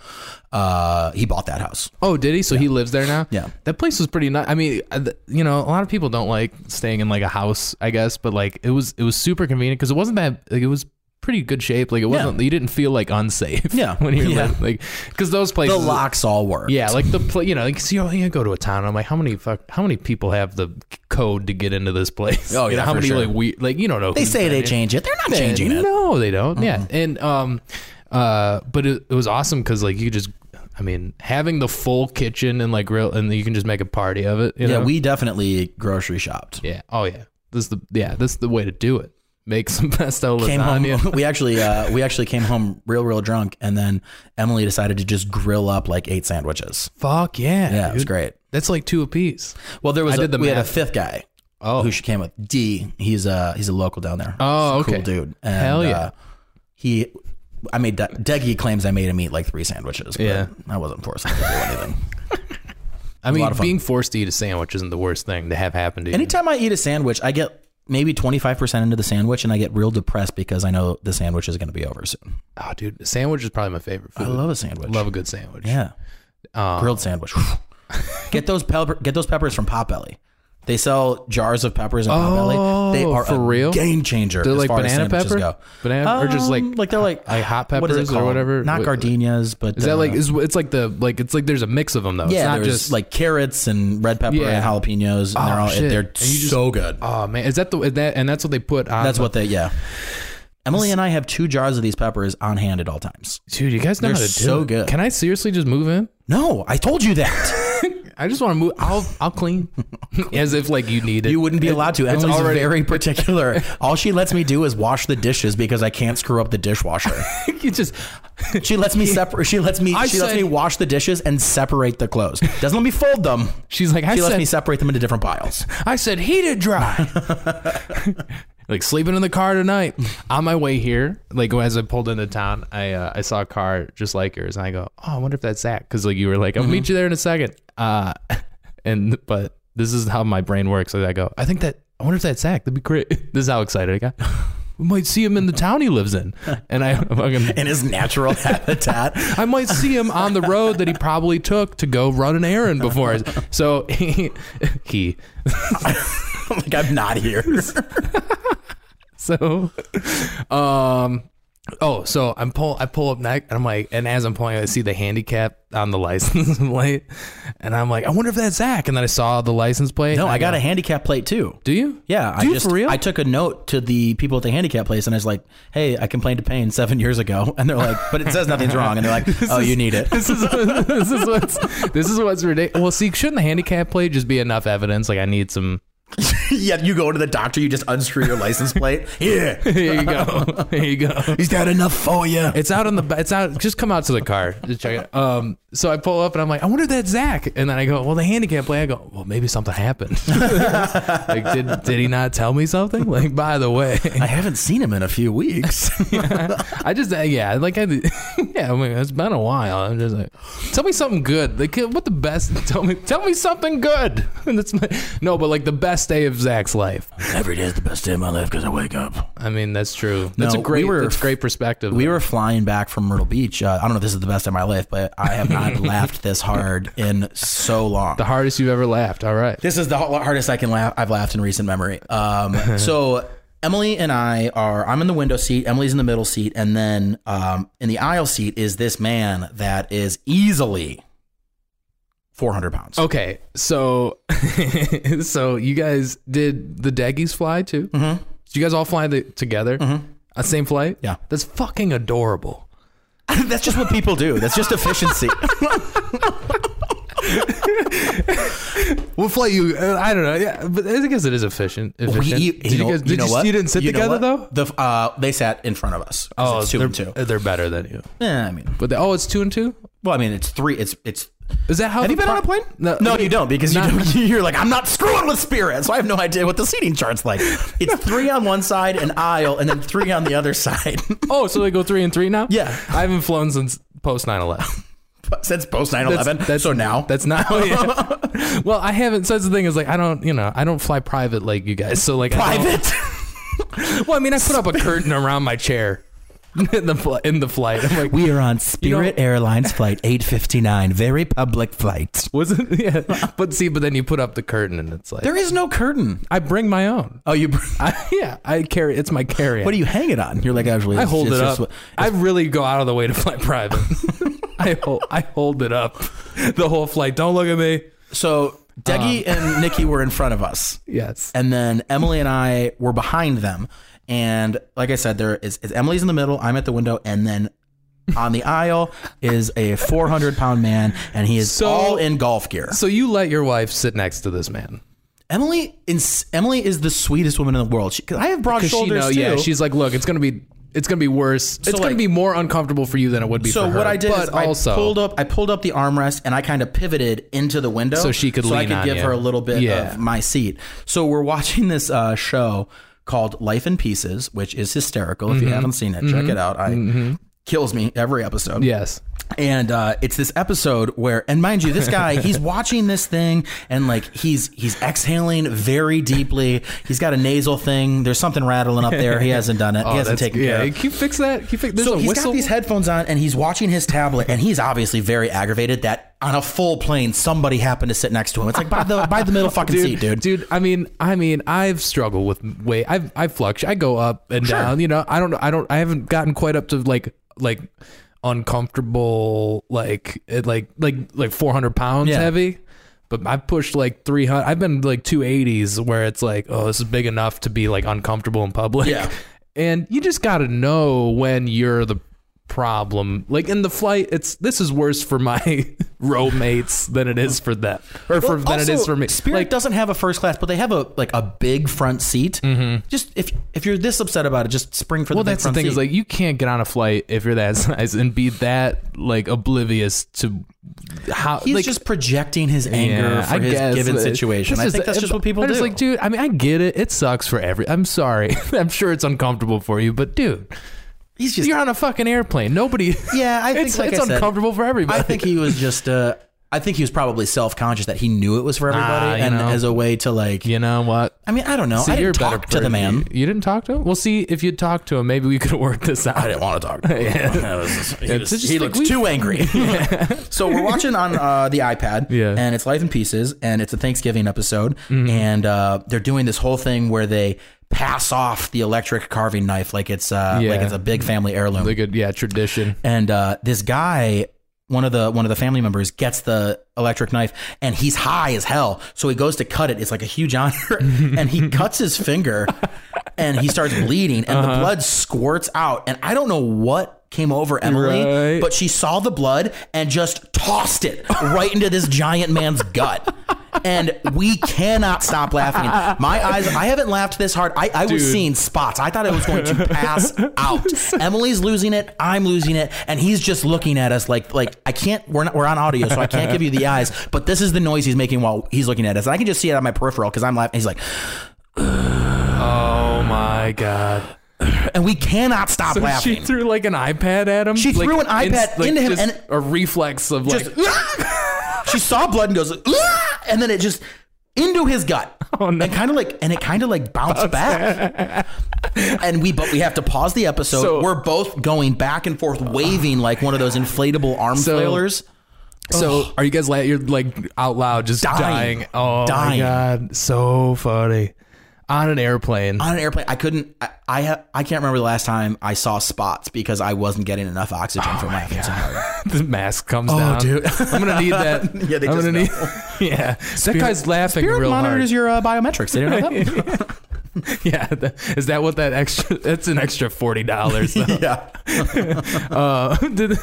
Speaker 2: uh, he bought that house.
Speaker 1: Oh, did he? So he lives there now.
Speaker 2: Yeah.
Speaker 1: that place was pretty nice. I mean, I- th- you know, a lot of people don't like staying in like a house, I guess, but like it was it was super convenient because it wasn't that like it was pretty good shape. Like it wasn't you didn't feel like unsafe.
Speaker 2: Yeah.
Speaker 1: when you're
Speaker 2: Yeah.
Speaker 1: like like because those places
Speaker 2: The locks all work.
Speaker 1: Yeah, like the pla- you know, like, see, oh, you go to a town. I'm like, how many fuck, how many people have the code to get into this place?
Speaker 2: Oh,
Speaker 1: You know,
Speaker 2: yeah,
Speaker 1: how
Speaker 2: for
Speaker 1: many
Speaker 2: sure.
Speaker 1: like we like you don't know.
Speaker 2: They say they change it. They're not changing it. Mm-hmm.
Speaker 1: No, they don't. Yeah, and um, uh, but it, it was awesome because like you just, I mean, having the full kitchen and like real, and you can just make a party of it. You
Speaker 2: Yeah,
Speaker 1: know?
Speaker 2: we definitely grocery shopped.
Speaker 1: Yeah. Oh yeah. This is the yeah. This is the way to do it. Make some pesto
Speaker 2: Came home.
Speaker 1: lasagna.
Speaker 2: We actually uh, we actually came home real real drunk, and then Emily decided to just grill up like eight sandwiches.
Speaker 1: Fuck yeah.
Speaker 2: Yeah, it was
Speaker 1: dude.
Speaker 2: great.
Speaker 1: That's like two apiece.
Speaker 2: Well, there was
Speaker 1: I
Speaker 2: a-
Speaker 1: did the
Speaker 2: we had a
Speaker 1: math.
Speaker 2: fifth guy.
Speaker 1: Oh.
Speaker 2: who she came with? D. He's a he's a local down there.
Speaker 1: Oh,
Speaker 2: He's a
Speaker 1: okay.
Speaker 2: cool dude. And,
Speaker 1: Hell yeah.
Speaker 2: uh, he, I made De- Deggy claims I made him eat like three sandwiches. But
Speaker 1: Yeah.
Speaker 2: I wasn't forcing him to do anything.
Speaker 1: I mean,
Speaker 2: lot of fun.
Speaker 1: being forced to eat a sandwich isn't the worst thing to have happen to you.
Speaker 2: Anytime I eat a sandwich, I get maybe twenty five percent into the sandwich, and I get real depressed because I know the sandwich is going to be over soon.
Speaker 1: Oh, dude, a sandwich is probably my favorite food.
Speaker 2: I love a sandwich.
Speaker 1: Love a good sandwich. Um,
Speaker 2: Yeah. Grilled sandwich. get those pepper, get those peppers from Potbelly. They sell jars of peppers in Potbelly. They
Speaker 1: Oh,
Speaker 2: are
Speaker 1: for
Speaker 2: a
Speaker 1: real?
Speaker 2: game changer.
Speaker 1: They're
Speaker 2: as
Speaker 1: like
Speaker 2: far as
Speaker 1: banana
Speaker 2: sandwiches
Speaker 1: pepper,
Speaker 2: go.
Speaker 1: banana, or just like
Speaker 2: Um, like they're like
Speaker 1: like hot
Speaker 2: what is it
Speaker 1: peppers or
Speaker 2: called?
Speaker 1: whatever?
Speaker 2: Not
Speaker 1: What-
Speaker 2: gardenias, but
Speaker 1: Is that
Speaker 2: uh,
Speaker 1: like is it's like the like it's like there's a mix of them though.
Speaker 2: yeah,
Speaker 1: it's not
Speaker 2: there's
Speaker 1: just
Speaker 2: like carrots and red pepper
Speaker 1: Yeah. Oh,
Speaker 2: and jalapenos, and they're all
Speaker 1: shit.
Speaker 2: they're
Speaker 1: And you just-
Speaker 2: so good.
Speaker 1: oh man, is that the is that and that's what they put on?
Speaker 2: That's
Speaker 1: the-
Speaker 2: what they yeah. Emily and I have two jars of these peppers on hand at all times.
Speaker 1: dude. You guys know
Speaker 2: They're
Speaker 1: how to do
Speaker 2: so
Speaker 1: it.
Speaker 2: good.
Speaker 1: Can I seriously just move in?
Speaker 2: No, I told you that.
Speaker 1: I just want to move. I'll I'll clean, as if like you need it.
Speaker 2: You wouldn't be allowed to. It's
Speaker 1: Emily's
Speaker 2: already,
Speaker 1: already-
Speaker 2: very particular. All she lets me do is wash the dishes because I can't screw up the dishwasher.
Speaker 1: you just
Speaker 2: She lets me separate. She lets me.
Speaker 1: I
Speaker 2: she lets
Speaker 1: said-
Speaker 2: me wash the dishes and separate the clothes. Doesn't let me fold them.
Speaker 1: she's like I
Speaker 2: She lets
Speaker 1: said
Speaker 2: me separate them into different piles.
Speaker 1: I said heat it dry. like sleeping in the car tonight. On my way here, like as I pulled into town, I uh, I saw a car just like yours, and I go, oh, I wonder if that's Zach, because like you were like, I'll meet you there in a second. Uh, and but this is how my brain works. Like I go, I think that I wonder if that's Zach. That'd be great. This is how excited I got. We might see him in the town he lives in, and I fucking
Speaker 2: in his natural habitat.
Speaker 1: I might see him on the road that he probably took to go run an errand before. So he, he
Speaker 2: like I'm not here.
Speaker 1: so, um, oh, so I'm pull, I pull up next, and I'm like, and as I'm pulling, I see the handicap on the license plate, and I'm like, I wonder if that's Zach. And then I saw the license plate.
Speaker 2: No,
Speaker 1: and
Speaker 2: I got
Speaker 1: go,
Speaker 2: a handicap plate too.
Speaker 1: Do you?
Speaker 2: Yeah,
Speaker 1: Do
Speaker 2: I
Speaker 1: you
Speaker 2: just
Speaker 1: for real?
Speaker 2: I took a note to the people at the handicap place, and I was like, "Hey, I complained to Payne seven years ago," and they're like, "But it says nothing's wrong," and they're like, "Oh, you need it."
Speaker 1: this is this is what's this is what's ridiculous. Well, see, shouldn't the handicap plate just be enough evidence? Like, I need some.
Speaker 2: yeah, you go to the doctor, you just unscrew your license plate. Here,
Speaker 1: Here you go. Here you go.
Speaker 2: he's got enough for you.
Speaker 1: It's out on the. ba- It's out. Just come out to the car. Just check it. Um. So I pull up and I'm like, I wonder if that's Zach. And then I go, well, the handicap play. I go, well, maybe something happened. like, did did he not tell me something? Like, by the way,
Speaker 2: I haven't seen him in a few weeks.
Speaker 1: I just uh, yeah, like I yeah. I mean, it's been a while. I'm just like, tell me something good. Like, uh, what the best? Tell me, tell me something good. And it's my, no, but like the best day of Zach's life.
Speaker 2: Every day is the best day of my life because I wake up.
Speaker 1: I mean, that's true. That's
Speaker 2: No,
Speaker 1: a great.
Speaker 2: we were-
Speaker 1: that's great perspective.
Speaker 2: We were flying back from Myrtle Beach. Uh, I don't know if this is the best of my life, but I have not laughed this hard in so long.
Speaker 1: the hardest you've ever laughed. All right.
Speaker 2: This is the h- hardest I can laugh. I've laughed in recent memory. Um, so Emily and I are. I'm in the window seat. Emily's in the middle seat, and then um, in the aisle seat is this man that is easily 400 pounds.
Speaker 1: Okay, so so you guys did the Daggies fly too? Mm-hmm. Did you guys all fly the, together? Mm-hmm. Uh, same flight?
Speaker 2: Yeah.
Speaker 1: That's fucking adorable.
Speaker 2: That's just what people do. That's just efficiency.
Speaker 1: What flight you? Uh, I don't know. Yeah, but I guess it is efficient.
Speaker 2: We-
Speaker 1: efficient.
Speaker 2: you,
Speaker 1: did
Speaker 2: you know,
Speaker 1: guys? e- Did
Speaker 2: you know
Speaker 1: you,
Speaker 2: what?
Speaker 1: you didn't sit
Speaker 2: You know
Speaker 1: together though?
Speaker 2: what? The, f- uh, they sat in front of us. 'cause it's two
Speaker 1: they're,
Speaker 2: and two.
Speaker 1: They're better than you.
Speaker 2: Yeah, I mean,
Speaker 1: But they, oh, it's two and two.
Speaker 2: well, I mean, it's three. It's it's.
Speaker 1: Is that how?
Speaker 2: Have
Speaker 1: the
Speaker 2: you been
Speaker 1: pro-
Speaker 2: on a plane?
Speaker 1: No,
Speaker 2: you don't because you
Speaker 1: Not-
Speaker 2: don't, you're like, I'm not screwing with Spirit, so I have no idea what the seating chart's like. It's three on one side, an aisle, and then three on the other side.
Speaker 1: Oh, so they go three and three now?
Speaker 2: Yeah.
Speaker 1: I haven't flown since post 9-11.
Speaker 2: Since post 9 11.
Speaker 1: That's- that's-
Speaker 2: So now.
Speaker 1: That's not. yeah. Well, I haven't. So that's the thing is like I don't. You know, I don't fly private like you guys. So like I don't-
Speaker 2: private.
Speaker 1: Well, I mean, I put up a curtain around my chair in the fl- in the flight. I'm like,
Speaker 2: We are on
Speaker 1: Spirit
Speaker 2: Airlines Flight 859, very public flight.
Speaker 1: was it? Yeah, but see, but then you put up the curtain, and it's like
Speaker 2: There is no curtain.
Speaker 1: I bring my own.
Speaker 2: Oh, you.
Speaker 1: I, yeah, I carry. It's my carry.
Speaker 2: What do you hang it on? You're like, actually,
Speaker 1: I hold
Speaker 2: it's
Speaker 1: it
Speaker 2: just
Speaker 1: up. I really go out of the way to fly private. I hold. I hold it up the whole flight. Don't look at me.
Speaker 2: So Deggy
Speaker 1: Um.
Speaker 2: and Nikki were in front of us.
Speaker 1: Yes.
Speaker 2: and then Emily and I were behind them. And like I said, there is, is Emily's in the middle. I'm at the window, and then on the aisle is a 400 pound man, and he is
Speaker 1: So-
Speaker 2: all in golf gear.
Speaker 1: So you let your wife sit next to this man
Speaker 2: Emily, in, Emily is the sweetest woman in the world. She, 'cause I have broad
Speaker 1: because she
Speaker 2: shoulders
Speaker 1: know.
Speaker 2: too.
Speaker 1: Yeah, she's like, look, it's gonna be. It's gonna be worse. it's gonna
Speaker 2: like-
Speaker 1: be more uncomfortable for you than it would be
Speaker 2: so
Speaker 1: for her.
Speaker 2: what I did
Speaker 1: but
Speaker 2: is
Speaker 1: also,
Speaker 2: I pulled up I pulled up the armrest and I kind of pivoted into the window
Speaker 1: So she could
Speaker 2: so I
Speaker 1: lean
Speaker 2: could
Speaker 1: on
Speaker 2: give
Speaker 1: you.
Speaker 2: her a little bit
Speaker 1: Yeah.
Speaker 2: of my seat. So we're watching this uh, show called Life in Pieces, which is hysterical. If you
Speaker 1: Mm-hmm.
Speaker 2: haven't seen it, check it out. I kills me every episode.
Speaker 1: yes.
Speaker 2: And uh, it's this episode where, and mind you, this guy he's watching this thing and like he's he's exhaling very deeply. He's got a nasal thing. There's something rattling up there. He hasn't done it. he hasn't
Speaker 1: Oh, That's-
Speaker 2: taken
Speaker 1: yeah,
Speaker 2: care of.
Speaker 1: Can you fix that? Can you fix, there's
Speaker 2: Oh, So
Speaker 1: a
Speaker 2: he's
Speaker 1: whistle.
Speaker 2: got these headphones on and he's watching his tablet and he's obviously very aggravated that on a full plane somebody happened to sit next to him. It's like by the by the middle fucking seat, dude.
Speaker 1: Dude, I mean, I mean, I've struggled with weight. I've I fluctuate. I go up and down. You know, I don't, I don't, I haven't gotten quite up to like like uncomfortable like it like like like 400 pounds
Speaker 2: Yeah.
Speaker 1: heavy. But I pushed like 300. I've been like 280s where it's like, oh, this is big enough to be like uncomfortable in public.
Speaker 2: Yeah.
Speaker 1: And you just got to know when you're the problem. Like in the flight, it's this is worse for my roommates than it is for them, or for than it is
Speaker 2: Also,
Speaker 1: for me.
Speaker 2: Spirit
Speaker 1: like,
Speaker 2: doesn't have a first class, but they have a like a big front seat. Just if if you're this upset about it, just spring for the
Speaker 1: Mm-hmm. well,
Speaker 2: big
Speaker 1: that's the
Speaker 2: front
Speaker 1: thing
Speaker 2: seat.
Speaker 1: is like you can't get on a flight if you're that size and be that like oblivious to how
Speaker 2: He's
Speaker 1: like,
Speaker 2: just projecting his anger
Speaker 1: Yeah, uh,
Speaker 2: for his given
Speaker 1: It's
Speaker 2: situation. I
Speaker 1: just-
Speaker 2: think that's just what people
Speaker 1: I'm
Speaker 2: do.
Speaker 1: just like, dude, I mean, I get it. It sucks for every. I'm sorry. I'm sure it's uncomfortable for you, but dude,
Speaker 2: He's just
Speaker 1: you're on a fucking airplane. Nobody.
Speaker 2: yeah. I think
Speaker 1: it's
Speaker 2: like
Speaker 1: it's
Speaker 2: I said,
Speaker 1: uncomfortable for everybody.
Speaker 2: I think he was just uh I think he was probably self conscious that he knew it was for everybody,
Speaker 1: Ah, you
Speaker 2: and
Speaker 1: know.
Speaker 2: as a way to like.
Speaker 1: you know what?
Speaker 2: I mean, I don't know. I didn't
Speaker 1: better
Speaker 2: talk to the
Speaker 1: person.
Speaker 2: man.
Speaker 1: You, you didn't talk to him. Well, see if you talked to him, maybe we could work this out.
Speaker 2: I didn't want to talk. To him. That was- he was-
Speaker 1: it's just
Speaker 2: he
Speaker 1: like
Speaker 2: looks
Speaker 1: we-
Speaker 2: too angry. so we're watching on uh, the iPad,
Speaker 1: Yeah.
Speaker 2: and it's Life in Pieces, and it's a Thanksgiving episode, and uh, they're doing this whole thing where they pass off the electric carving knife like it's uh,
Speaker 1: Yeah.
Speaker 2: like it's a big family heirloom,
Speaker 1: Like a yeah tradition.
Speaker 2: and uh, this guy. One of the one of the family members gets the electric knife and he's high as hell. So he goes to cut it. It's like a huge honor, and he cuts his finger, and he starts bleeding, and the blood squirts out. And I don't know what came over Emily,
Speaker 1: Right.
Speaker 2: but she saw the blood and just tossed it right into this giant man's gut. And we cannot stop laughing. My eyes, I haven't laughed this hard. I, I was seeing spots. I thought I was going to pass out. Emily's losing it. I'm losing it. And he's just looking at us like, like I can't, we're, not, we're on audio, so I can't give you the eyes, but this is the noise he's making while he's looking at us. And I can just see it on my peripheral because I'm laughing. He's like,
Speaker 1: Oh my god.
Speaker 2: and we cannot stop
Speaker 1: So
Speaker 2: laughing.
Speaker 1: she threw like an iPad at him.
Speaker 2: She
Speaker 1: Like,
Speaker 2: threw an iPad into him
Speaker 1: just
Speaker 2: and-
Speaker 1: a reflex of like,
Speaker 2: just she saw blood and goes "Ah!" and then it just into his gut
Speaker 1: Oh,
Speaker 2: and kind of like and it kind of like bounced back and we but we have to pause the episode
Speaker 1: So-
Speaker 2: we're both going back and forth waving like one of those inflatable arm
Speaker 1: So-
Speaker 2: flailers
Speaker 1: So are you guys like you're like out loud just
Speaker 2: Dying.
Speaker 1: dying? Oh
Speaker 2: Dying.
Speaker 1: my god, so funny. On an airplane.
Speaker 2: on an airplane i couldn't i i, ha- I can't remember the last time i saw spots because i wasn't getting enough oxygen
Speaker 1: Oh
Speaker 2: for laughing so hard
Speaker 1: the mask comes down.
Speaker 2: Oh, dude.
Speaker 1: I'm gonna need that.
Speaker 2: Yeah, they
Speaker 1: I'm
Speaker 2: just
Speaker 1: gonna need. Yeah, that guy's laughing real hard.
Speaker 2: monitors your uh, biometrics they didn't know that
Speaker 1: yeah, that, is that what that extra? That's an extra forty dollars.
Speaker 2: yeah
Speaker 1: uh, did-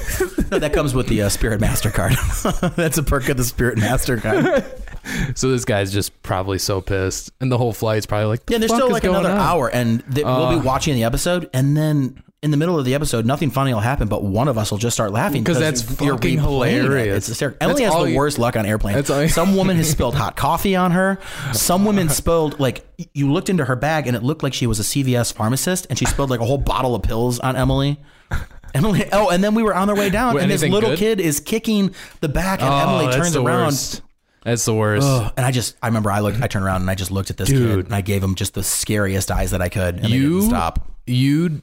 Speaker 2: No, that comes with the uh, spirit mastercard that's a perk of the spirit mastercard
Speaker 1: so this guy's just probably so pissed, and the whole flight's probably like, the
Speaker 2: Yeah, there's
Speaker 1: fuck
Speaker 2: still
Speaker 1: is
Speaker 2: like
Speaker 1: going
Speaker 2: another
Speaker 1: on?
Speaker 2: hour, and th- we'll be watching the episode, and then in the middle of the episode, nothing funny will happen, but one of us will just start laughing
Speaker 1: 'Cause that's
Speaker 2: you're
Speaker 1: fucking
Speaker 2: replaying it.
Speaker 1: hilarious.
Speaker 2: It's hysterical.
Speaker 1: That's
Speaker 2: Emily has
Speaker 1: all
Speaker 2: the
Speaker 1: you-
Speaker 2: worst luck on airplanes.
Speaker 1: That's all you-
Speaker 2: Some woman has spilled hot coffee on her. Some women spilled like y- you looked into her bag, and it looked like she was a CVS pharmacist, and she spilled like a whole bottle of pills on Emily. Emily. Oh, and then we were on our way down,
Speaker 1: Wait,
Speaker 2: and this
Speaker 1: anything
Speaker 2: little
Speaker 1: good?
Speaker 2: kid is kicking the back, and
Speaker 1: Oh,
Speaker 2: Emily
Speaker 1: that's
Speaker 2: turns
Speaker 1: the
Speaker 2: around.
Speaker 1: worst. That's the worst.
Speaker 2: Ugh, and I just, I remember I looked, I turned around and I just looked at this kid
Speaker 1: Dude.
Speaker 2: and I gave him just the scariest eyes that I could. And they
Speaker 1: you
Speaker 2: didn't stop.
Speaker 1: You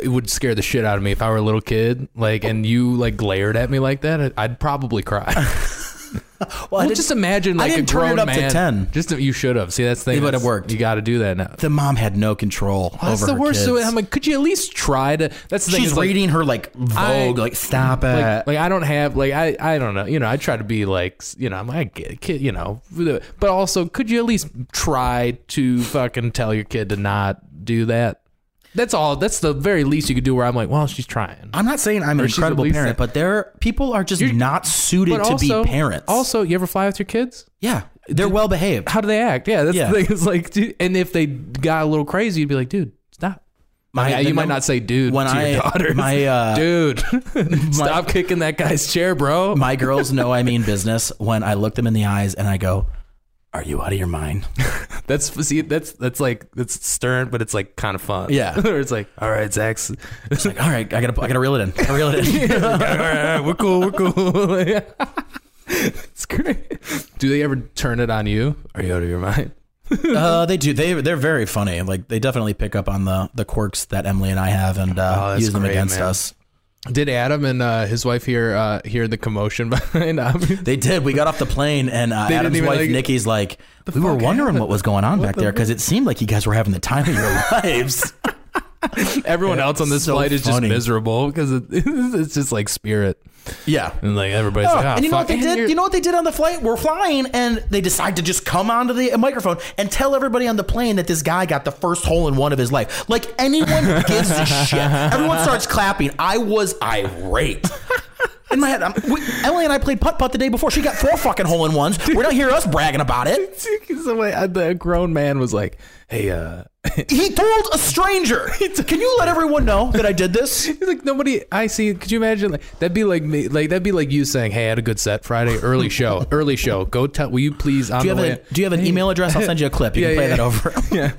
Speaker 1: it would scare the shit out of me if I were a little kid, like, and you like glared at me like that. I'd, I'd probably cry. well,
Speaker 2: didn't-
Speaker 1: just imagine
Speaker 2: I
Speaker 1: like
Speaker 2: didn't
Speaker 1: a
Speaker 2: turn
Speaker 1: grown
Speaker 2: it up to
Speaker 1: man.
Speaker 2: 10.
Speaker 1: Just you should have. See, that's the thing.
Speaker 2: It would have
Speaker 1: that's-
Speaker 2: worked.
Speaker 1: You got to do that now.
Speaker 2: The mom had no control
Speaker 1: That's
Speaker 2: over
Speaker 1: the
Speaker 2: her
Speaker 1: worst. So
Speaker 2: kids.
Speaker 1: I'm like, could you at least try to? That's the thing.
Speaker 2: She's
Speaker 1: is, like,
Speaker 2: reading her like Vogue,
Speaker 1: I-
Speaker 2: like stop it.
Speaker 1: like, like I don't have like I I don't know you know I try to be like s- you know I'm like a kid you know but also could you at least try to fucking tell your kid to not do that that's all that's the very least you could do where I'm like well she's trying
Speaker 2: I'm not saying I'm an
Speaker 1: she's at
Speaker 2: incredible
Speaker 1: least
Speaker 2: parent,
Speaker 1: that-
Speaker 2: but there people are just not suited to be parents.
Speaker 1: also you ever fly with your kids
Speaker 2: yeah, they're well behaved.
Speaker 1: how do they act yeah that's
Speaker 2: Yeah.
Speaker 1: the thing it's like dude, and if they got a little crazy you'd be like dude stop
Speaker 2: My-
Speaker 1: yeah,
Speaker 2: the
Speaker 1: you might
Speaker 2: num-
Speaker 1: not say dude
Speaker 2: when
Speaker 1: to your
Speaker 2: I-
Speaker 1: daughters.
Speaker 2: my, uh,
Speaker 1: dude stop kicking that guy's chair bro
Speaker 2: My girls know I mean business when I look them in the eyes and I go, "Are you out of your mind?"
Speaker 1: That's see, that's that's like it's stern, but it's like kind of fun.
Speaker 2: Yeah.
Speaker 1: Or it's like, all right, Zach's,
Speaker 2: It's like, all right, I gotta, I gotta reel it in. I gotta reel it in.
Speaker 1: all right, we're cool, we're cool. it's great. Do they ever turn it on you? Are you out of your mind?
Speaker 2: Uh, they do. They they're very funny. Like they definitely pick up on the the quirks that Emily and I have and
Speaker 1: Oh,
Speaker 2: uh,
Speaker 1: that's
Speaker 2: use them
Speaker 1: great,
Speaker 2: against
Speaker 1: man.
Speaker 2: us.
Speaker 1: Did Adam and uh, his wife hear uh, hear the commotion behind? Um,
Speaker 2: They did. We got off the plane and uh,
Speaker 1: didn't
Speaker 2: Adam's
Speaker 1: even,
Speaker 2: wife
Speaker 1: like-
Speaker 2: Nikki's like, we were wondering what was going on back there because it seemed like you guys were having the time of your lives.
Speaker 1: everyone else on this
Speaker 2: so
Speaker 1: flight is
Speaker 2: funny.
Speaker 1: just miserable because it, it's just like spirit.
Speaker 2: Yeah.
Speaker 1: And like everybody's like, ah,
Speaker 2: Oh, and you know
Speaker 1: fuck.
Speaker 2: what they
Speaker 1: And
Speaker 2: did?
Speaker 1: you're-
Speaker 2: You know what they did on the flight? We're flying, and they decide to just come onto the microphone and tell everybody on the plane that this guy got the first hole in one of his life. Like anyone gives a shit. Everyone starts clapping. I was irate. In my head, I'm, we, Emily and I played putt putt the day before. She got four fucking hole in ones. We don't hear us bragging about it.
Speaker 1: Somebody, uh, the grown man was like, "Hey, uh,
Speaker 2: He told a stranger. Can you let everyone know that I did this?
Speaker 1: he's like nobody I see. Could you imagine? Like that'd be like me. Like that'd be like you saying, "Hey, I had a good set Friday, early show, early show. Go tell. Will you please on
Speaker 2: Do you
Speaker 1: the
Speaker 2: have,
Speaker 1: way?
Speaker 2: a, do you have an email address? I'll send you a clip. You
Speaker 1: Yeah,
Speaker 2: can play
Speaker 1: yeah,
Speaker 2: that
Speaker 1: yeah.
Speaker 2: over.
Speaker 1: yeah."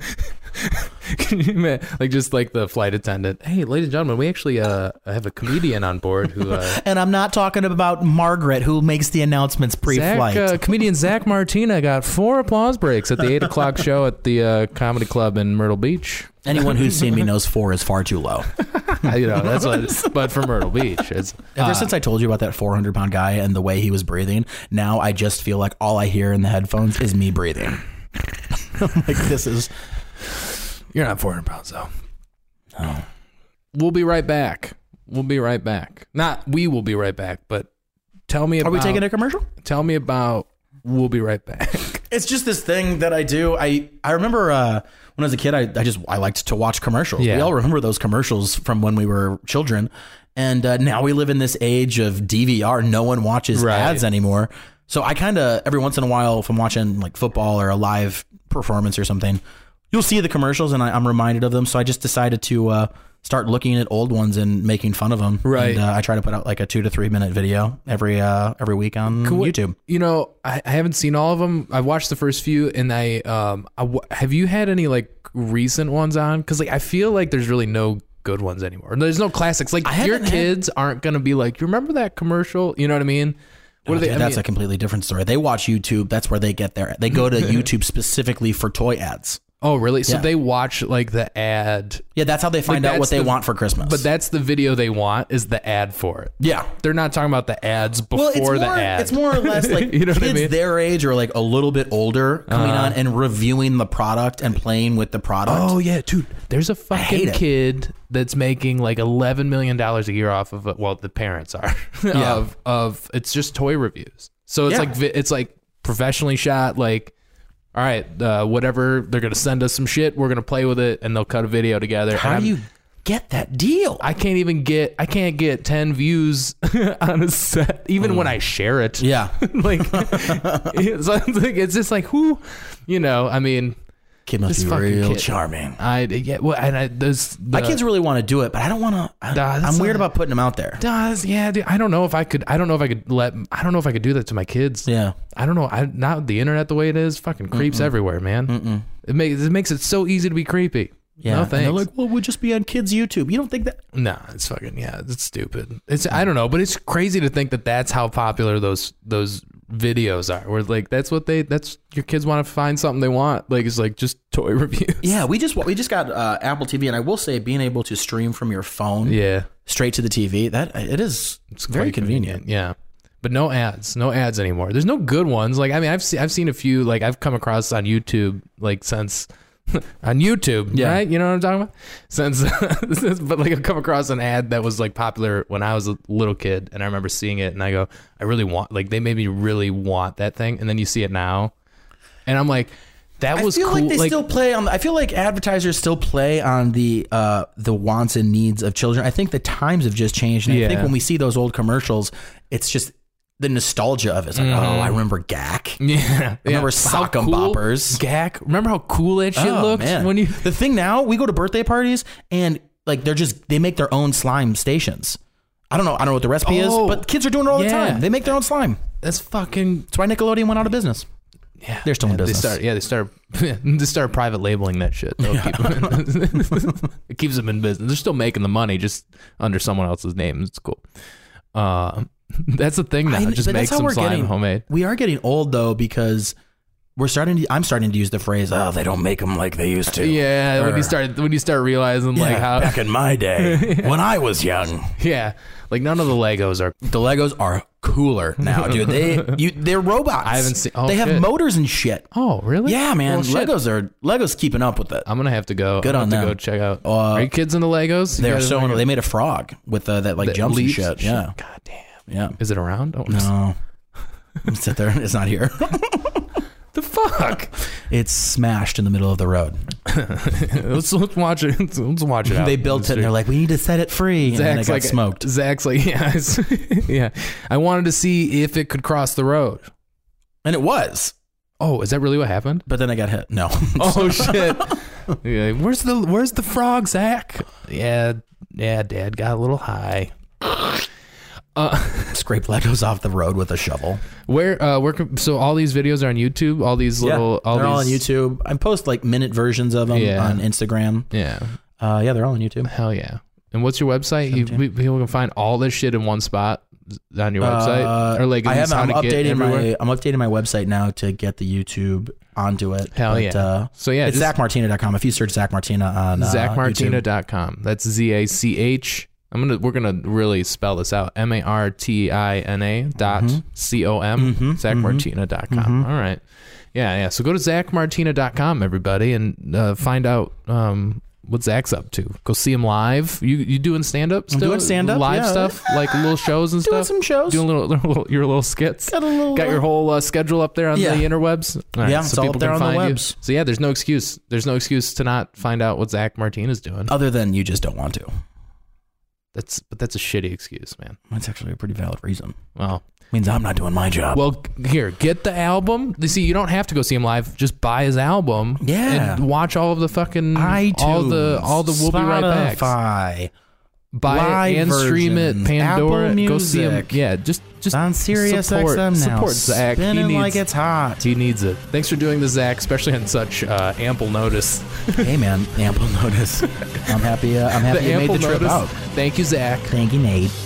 Speaker 1: Can you imagine? Like just like the flight attendant. Hey, ladies and gentlemen, we actually uh have a comedian on board who uh,
Speaker 2: And I'm not talking about Margaret, who makes the announcements pre-flight.
Speaker 1: Zach, uh, comedian Zach Martina got four applause breaks at the eight o'clock show at the uh, comedy club in Myrtle Beach.
Speaker 2: Anyone who's seen me knows four is far too low.
Speaker 1: you know that's what. But for Myrtle Beach, it's
Speaker 2: Ever since I told you about that 400 pound guy and the way he was breathing, now I just feel like all I hear in the headphones is me breathing. I'm like, this is.
Speaker 1: You're not 400 pounds, though. We'll be right back. We'll be right back. Not we will be right back, but tell me
Speaker 2: Are
Speaker 1: about.
Speaker 2: we taking a commercial?
Speaker 1: Tell me about. We'll be right back.
Speaker 2: It's just this thing that I do. I I remember uh, when I was a kid, I, I just I liked to watch commercials.
Speaker 1: Yeah.
Speaker 2: We all remember those commercials from when we were children, and uh, now we live in this age of DVR. No one watches
Speaker 1: Right.
Speaker 2: ads anymore. So I kind of every once in a while, if I'm watching like football or a live performance or something, you'll see the commercials, and I, I'm reminded of them. So I just decided to. Uh, Start looking at old ones and making fun of them.
Speaker 1: Right.
Speaker 2: And, uh, I try to put out like a two to three minute video every uh, every week on YouTube.
Speaker 1: You know, I, I haven't seen all of them. I watched the first few, and I um, I w have you had any like recent ones on? Because like I feel like there's really no good ones anymore. There's no classics. Like your
Speaker 2: haven't had-
Speaker 1: kids aren't gonna be like, you remember that commercial? You know what I mean? What are they?
Speaker 2: Yeah,
Speaker 1: I
Speaker 2: that's
Speaker 1: mean-
Speaker 2: a completely different story. They watch YouTube. That's where they get their. They go to YouTube specifically for toy ads.
Speaker 1: oh, really? So
Speaker 2: Yeah.
Speaker 1: they watch like the ad
Speaker 2: Yeah, that's how they find out
Speaker 1: that's
Speaker 2: what they
Speaker 1: the-
Speaker 2: want for Christmas.
Speaker 1: But that's the video they want is the ad for it.
Speaker 2: yeah.
Speaker 1: They're not talking about the ads before
Speaker 2: Well, it's more,
Speaker 1: the ad.
Speaker 2: it's more or less like
Speaker 1: You know what I
Speaker 2: kids
Speaker 1: mean?
Speaker 2: their age or like a little bit older coming
Speaker 1: Uh-huh.
Speaker 2: on and reviewing the product and playing with the product.
Speaker 1: Oh yeah, dude. There's a
Speaker 2: hate
Speaker 1: fucking
Speaker 2: it.
Speaker 1: kid that's making like 11 million dollars a year off of well, the parents are of of it's just toy reviews. So it's
Speaker 2: Yeah.
Speaker 1: like vi- it's like professionally shot like all right, uh, whatever they're gonna send us some shit. We're gonna play with it, and they'll cut a video together.
Speaker 2: how
Speaker 1: and
Speaker 2: do
Speaker 1: I'm-
Speaker 2: you get that deal?
Speaker 1: I can't even get. I can't get ten views on a set, even
Speaker 2: Mm.
Speaker 1: when I share it.
Speaker 2: yeah,
Speaker 1: like it's, like it's just like who you know i mean
Speaker 2: kid must
Speaker 1: This
Speaker 2: be
Speaker 1: fucking
Speaker 2: real
Speaker 1: kid.
Speaker 2: charming.
Speaker 1: i yeah well and i there's the,
Speaker 2: My kids really want to do it, but I don't want to.
Speaker 1: Nah, that's
Speaker 2: I'm weird
Speaker 1: not-
Speaker 2: about putting them out there.
Speaker 1: does yeah dude, i don't know if i could i don't know if i could let i don't know if i could do that to my kids
Speaker 2: Yeah.
Speaker 1: i don't know i not the internet the way it is fucking creeps everywhere man it makes it makes it so easy to be creepy
Speaker 2: Yeah,
Speaker 1: no
Speaker 2: And they're
Speaker 1: thanks
Speaker 2: like, well, we'll just be on kids' YouTube. You don't think that?
Speaker 1: no it's fucking yeah it's stupid it's i don't know but it's crazy to think that that's how popular those those videos are where like that's what they that's your kids want to find something they want like it's like just toy reviews
Speaker 2: Yeah, we just we just got uh, Apple TV, and I will say, being able to stream from your phone
Speaker 1: yeah
Speaker 2: straight to the TV that it is very
Speaker 1: quite
Speaker 2: convenient.
Speaker 1: Yeah. But no ads, no ads anymore. There's no good ones. Like I mean, I've seen I've seen a few. Like I've come across on YouTube. Like since on YouTube,
Speaker 2: Yeah.
Speaker 1: right? You know what I'm talking about? Since, since but like I've come across an ad that was like popular when I was a little kid, and I remember seeing it, and I go, I really want. Like they made me really want that thing, and then you see it now, and I'm like, that
Speaker 2: I
Speaker 1: was
Speaker 2: feel
Speaker 1: cool.
Speaker 2: like they still play on. I feel like advertisers still play on the uh, the wants and needs of children. I think the times have just changed. And I think
Speaker 1: Yeah.
Speaker 2: when we see those old commercials, it's just the nostalgia of it. It's like, oh,
Speaker 1: Mm-hmm.
Speaker 2: I remember Gak.
Speaker 1: yeah,
Speaker 2: remember
Speaker 1: How
Speaker 2: sock 'em boppers. Oh,
Speaker 1: Gak. Remember how cool that shit looked when you
Speaker 2: the thing now we go to birthday parties and like they're just they make their own slime stations. I don't know. I don't know what the recipe
Speaker 1: Oh,
Speaker 2: is, but kids are doing it all
Speaker 1: yeah.
Speaker 2: the time. They make their own slime.
Speaker 1: that's fucking
Speaker 2: That's why Nickelodeon went out of business.
Speaker 1: Yeah,
Speaker 2: They're still in
Speaker 1: They
Speaker 2: business.
Speaker 1: start, yeah, they start, they start private labeling that shit. That'll keep 'em in- it keeps them in business. They're still making the money just under someone else's name. It's cool. Uh, that's the thing now.
Speaker 2: I-
Speaker 1: It just
Speaker 2: but
Speaker 1: makes them slime
Speaker 2: getting
Speaker 1: homemade.
Speaker 2: We are getting old though because we're starting. To, I'm starting to use the phrase, "Oh, they don't make them like they used to."
Speaker 1: Yeah, when
Speaker 2: Or-
Speaker 1: you start when you start realizing like
Speaker 2: Yeah,
Speaker 1: how
Speaker 2: back in my day when I was young,
Speaker 1: yeah, like none of the Legos are.
Speaker 2: the Legos are cooler now, dude. They you, they're robots. I
Speaker 1: haven't seen- oh,
Speaker 2: they have
Speaker 1: shit.
Speaker 2: motors and shit.
Speaker 1: Oh really?
Speaker 2: Yeah, man.
Speaker 1: Well, shit. Oh,
Speaker 2: Legos are Legos keeping up with it.
Speaker 1: I'm gonna have to go.
Speaker 2: Good
Speaker 1: I'm
Speaker 2: on
Speaker 1: gonna
Speaker 2: them. Uh,
Speaker 1: have to go check out. are you kids into Legos? You
Speaker 2: They're
Speaker 1: guys
Speaker 2: so
Speaker 1: into
Speaker 2: they made a frog with uh, that like jumps and
Speaker 1: leaps
Speaker 2: shit.
Speaker 1: and
Speaker 2: Yeah,
Speaker 1: God damn.
Speaker 2: Yeah.
Speaker 1: Is it around? Oh,
Speaker 2: No. Sit there. It's not here.
Speaker 1: The fuck?
Speaker 2: It's smashed in the middle of the road.
Speaker 1: let's, let's watch it. Let's, let's watch it. Out.
Speaker 2: They built it and they're like, we need to set it free. And then it
Speaker 1: Zach's
Speaker 2: got
Speaker 1: like
Speaker 2: smoked.
Speaker 1: Zach's like, yeah, it's- yeah. I wanted to see if it could cross the road.
Speaker 2: And it was.
Speaker 1: Oh, is that really what happened?
Speaker 2: But then I got hit. No.
Speaker 1: Oh shit! Yeah, where's the Where's the frog, Zach? Yeah, yeah. Dad got a little high.
Speaker 2: Scrape Legos off the road with a shovel.
Speaker 1: Where? Uh, where? can- So all these videos are on YouTube. All these little.
Speaker 2: yeah, they're all on
Speaker 1: these-
Speaker 2: YouTube. I post like minute versions of them
Speaker 1: Yeah.
Speaker 2: on Instagram.
Speaker 1: Yeah.
Speaker 2: Uh, yeah, they're all on YouTube.
Speaker 1: Hell yeah. And what's your website? You, we, people can find all this shit in one spot on your website,
Speaker 2: Uh,
Speaker 1: or like at
Speaker 2: I
Speaker 1: least
Speaker 2: haven't. I'm
Speaker 1: how to get
Speaker 2: updating
Speaker 1: everywhere.
Speaker 2: my I'm updating my website now to get the YouTube onto it.
Speaker 1: Hell
Speaker 2: But,
Speaker 1: yeah.
Speaker 2: Uh,
Speaker 1: So yeah,
Speaker 2: it's
Speaker 1: just-
Speaker 2: zachmartina.com. If you search Zach Martina on uh, YouTube.
Speaker 1: ZachMartina.com. That's Z A C H. I'm gonna we're gonna really spell this out. M A R T I N A dot
Speaker 2: Mm-hmm.
Speaker 1: C O M. ZachMartina.com. All right. Yeah, yeah. So go to ZachMartina.com, everybody, and uh, find out um, what Zach's up to. Go see him live. You you doing stand up still?
Speaker 2: doing stand-up,
Speaker 1: Live
Speaker 2: yeah.
Speaker 1: stuff, like little shows and
Speaker 2: Doing
Speaker 1: stuff.
Speaker 2: some shows.
Speaker 1: Doing little, little your little skits.
Speaker 2: Got a little,
Speaker 1: Got your whole uh, schedule up there on
Speaker 2: Yeah.
Speaker 1: the interwebs. All right,
Speaker 2: Yeah, it's all up there on the
Speaker 1: you.
Speaker 2: webs.
Speaker 1: So yeah, there's no excuse. There's no excuse to not find out what Zach Martinez doing.
Speaker 2: Other than you just don't want to.
Speaker 1: That's but that's a shitty excuse, man.
Speaker 2: That's actually a pretty valid reason.
Speaker 1: Well,
Speaker 2: Means I'm not doing my job.
Speaker 1: well, here, get the album. You see, you don't have to go see him live. Just buy his album.
Speaker 2: Yeah.
Speaker 1: and watch all of the fucking
Speaker 2: iTunes,
Speaker 1: all the all the we'll be right back.
Speaker 2: Spotify,
Speaker 1: Buy
Speaker 2: live
Speaker 1: it and stream it.
Speaker 2: versions,
Speaker 1: Pandora.
Speaker 2: Apple
Speaker 1: go see him.
Speaker 2: Music.
Speaker 1: Yeah, just just
Speaker 2: on Sirius
Speaker 1: support,
Speaker 2: XM now.
Speaker 1: Support Zach. He
Speaker 2: Spinning
Speaker 1: needs,
Speaker 2: like it's hot.
Speaker 1: he needs it. Thanks for doing this, Zach, especially on such uh, ample notice.
Speaker 2: hey man, ample notice. I'm happy. Uh, I'm happy you made the trip out.
Speaker 1: Thank you, Zach.
Speaker 2: Thank you, Nate.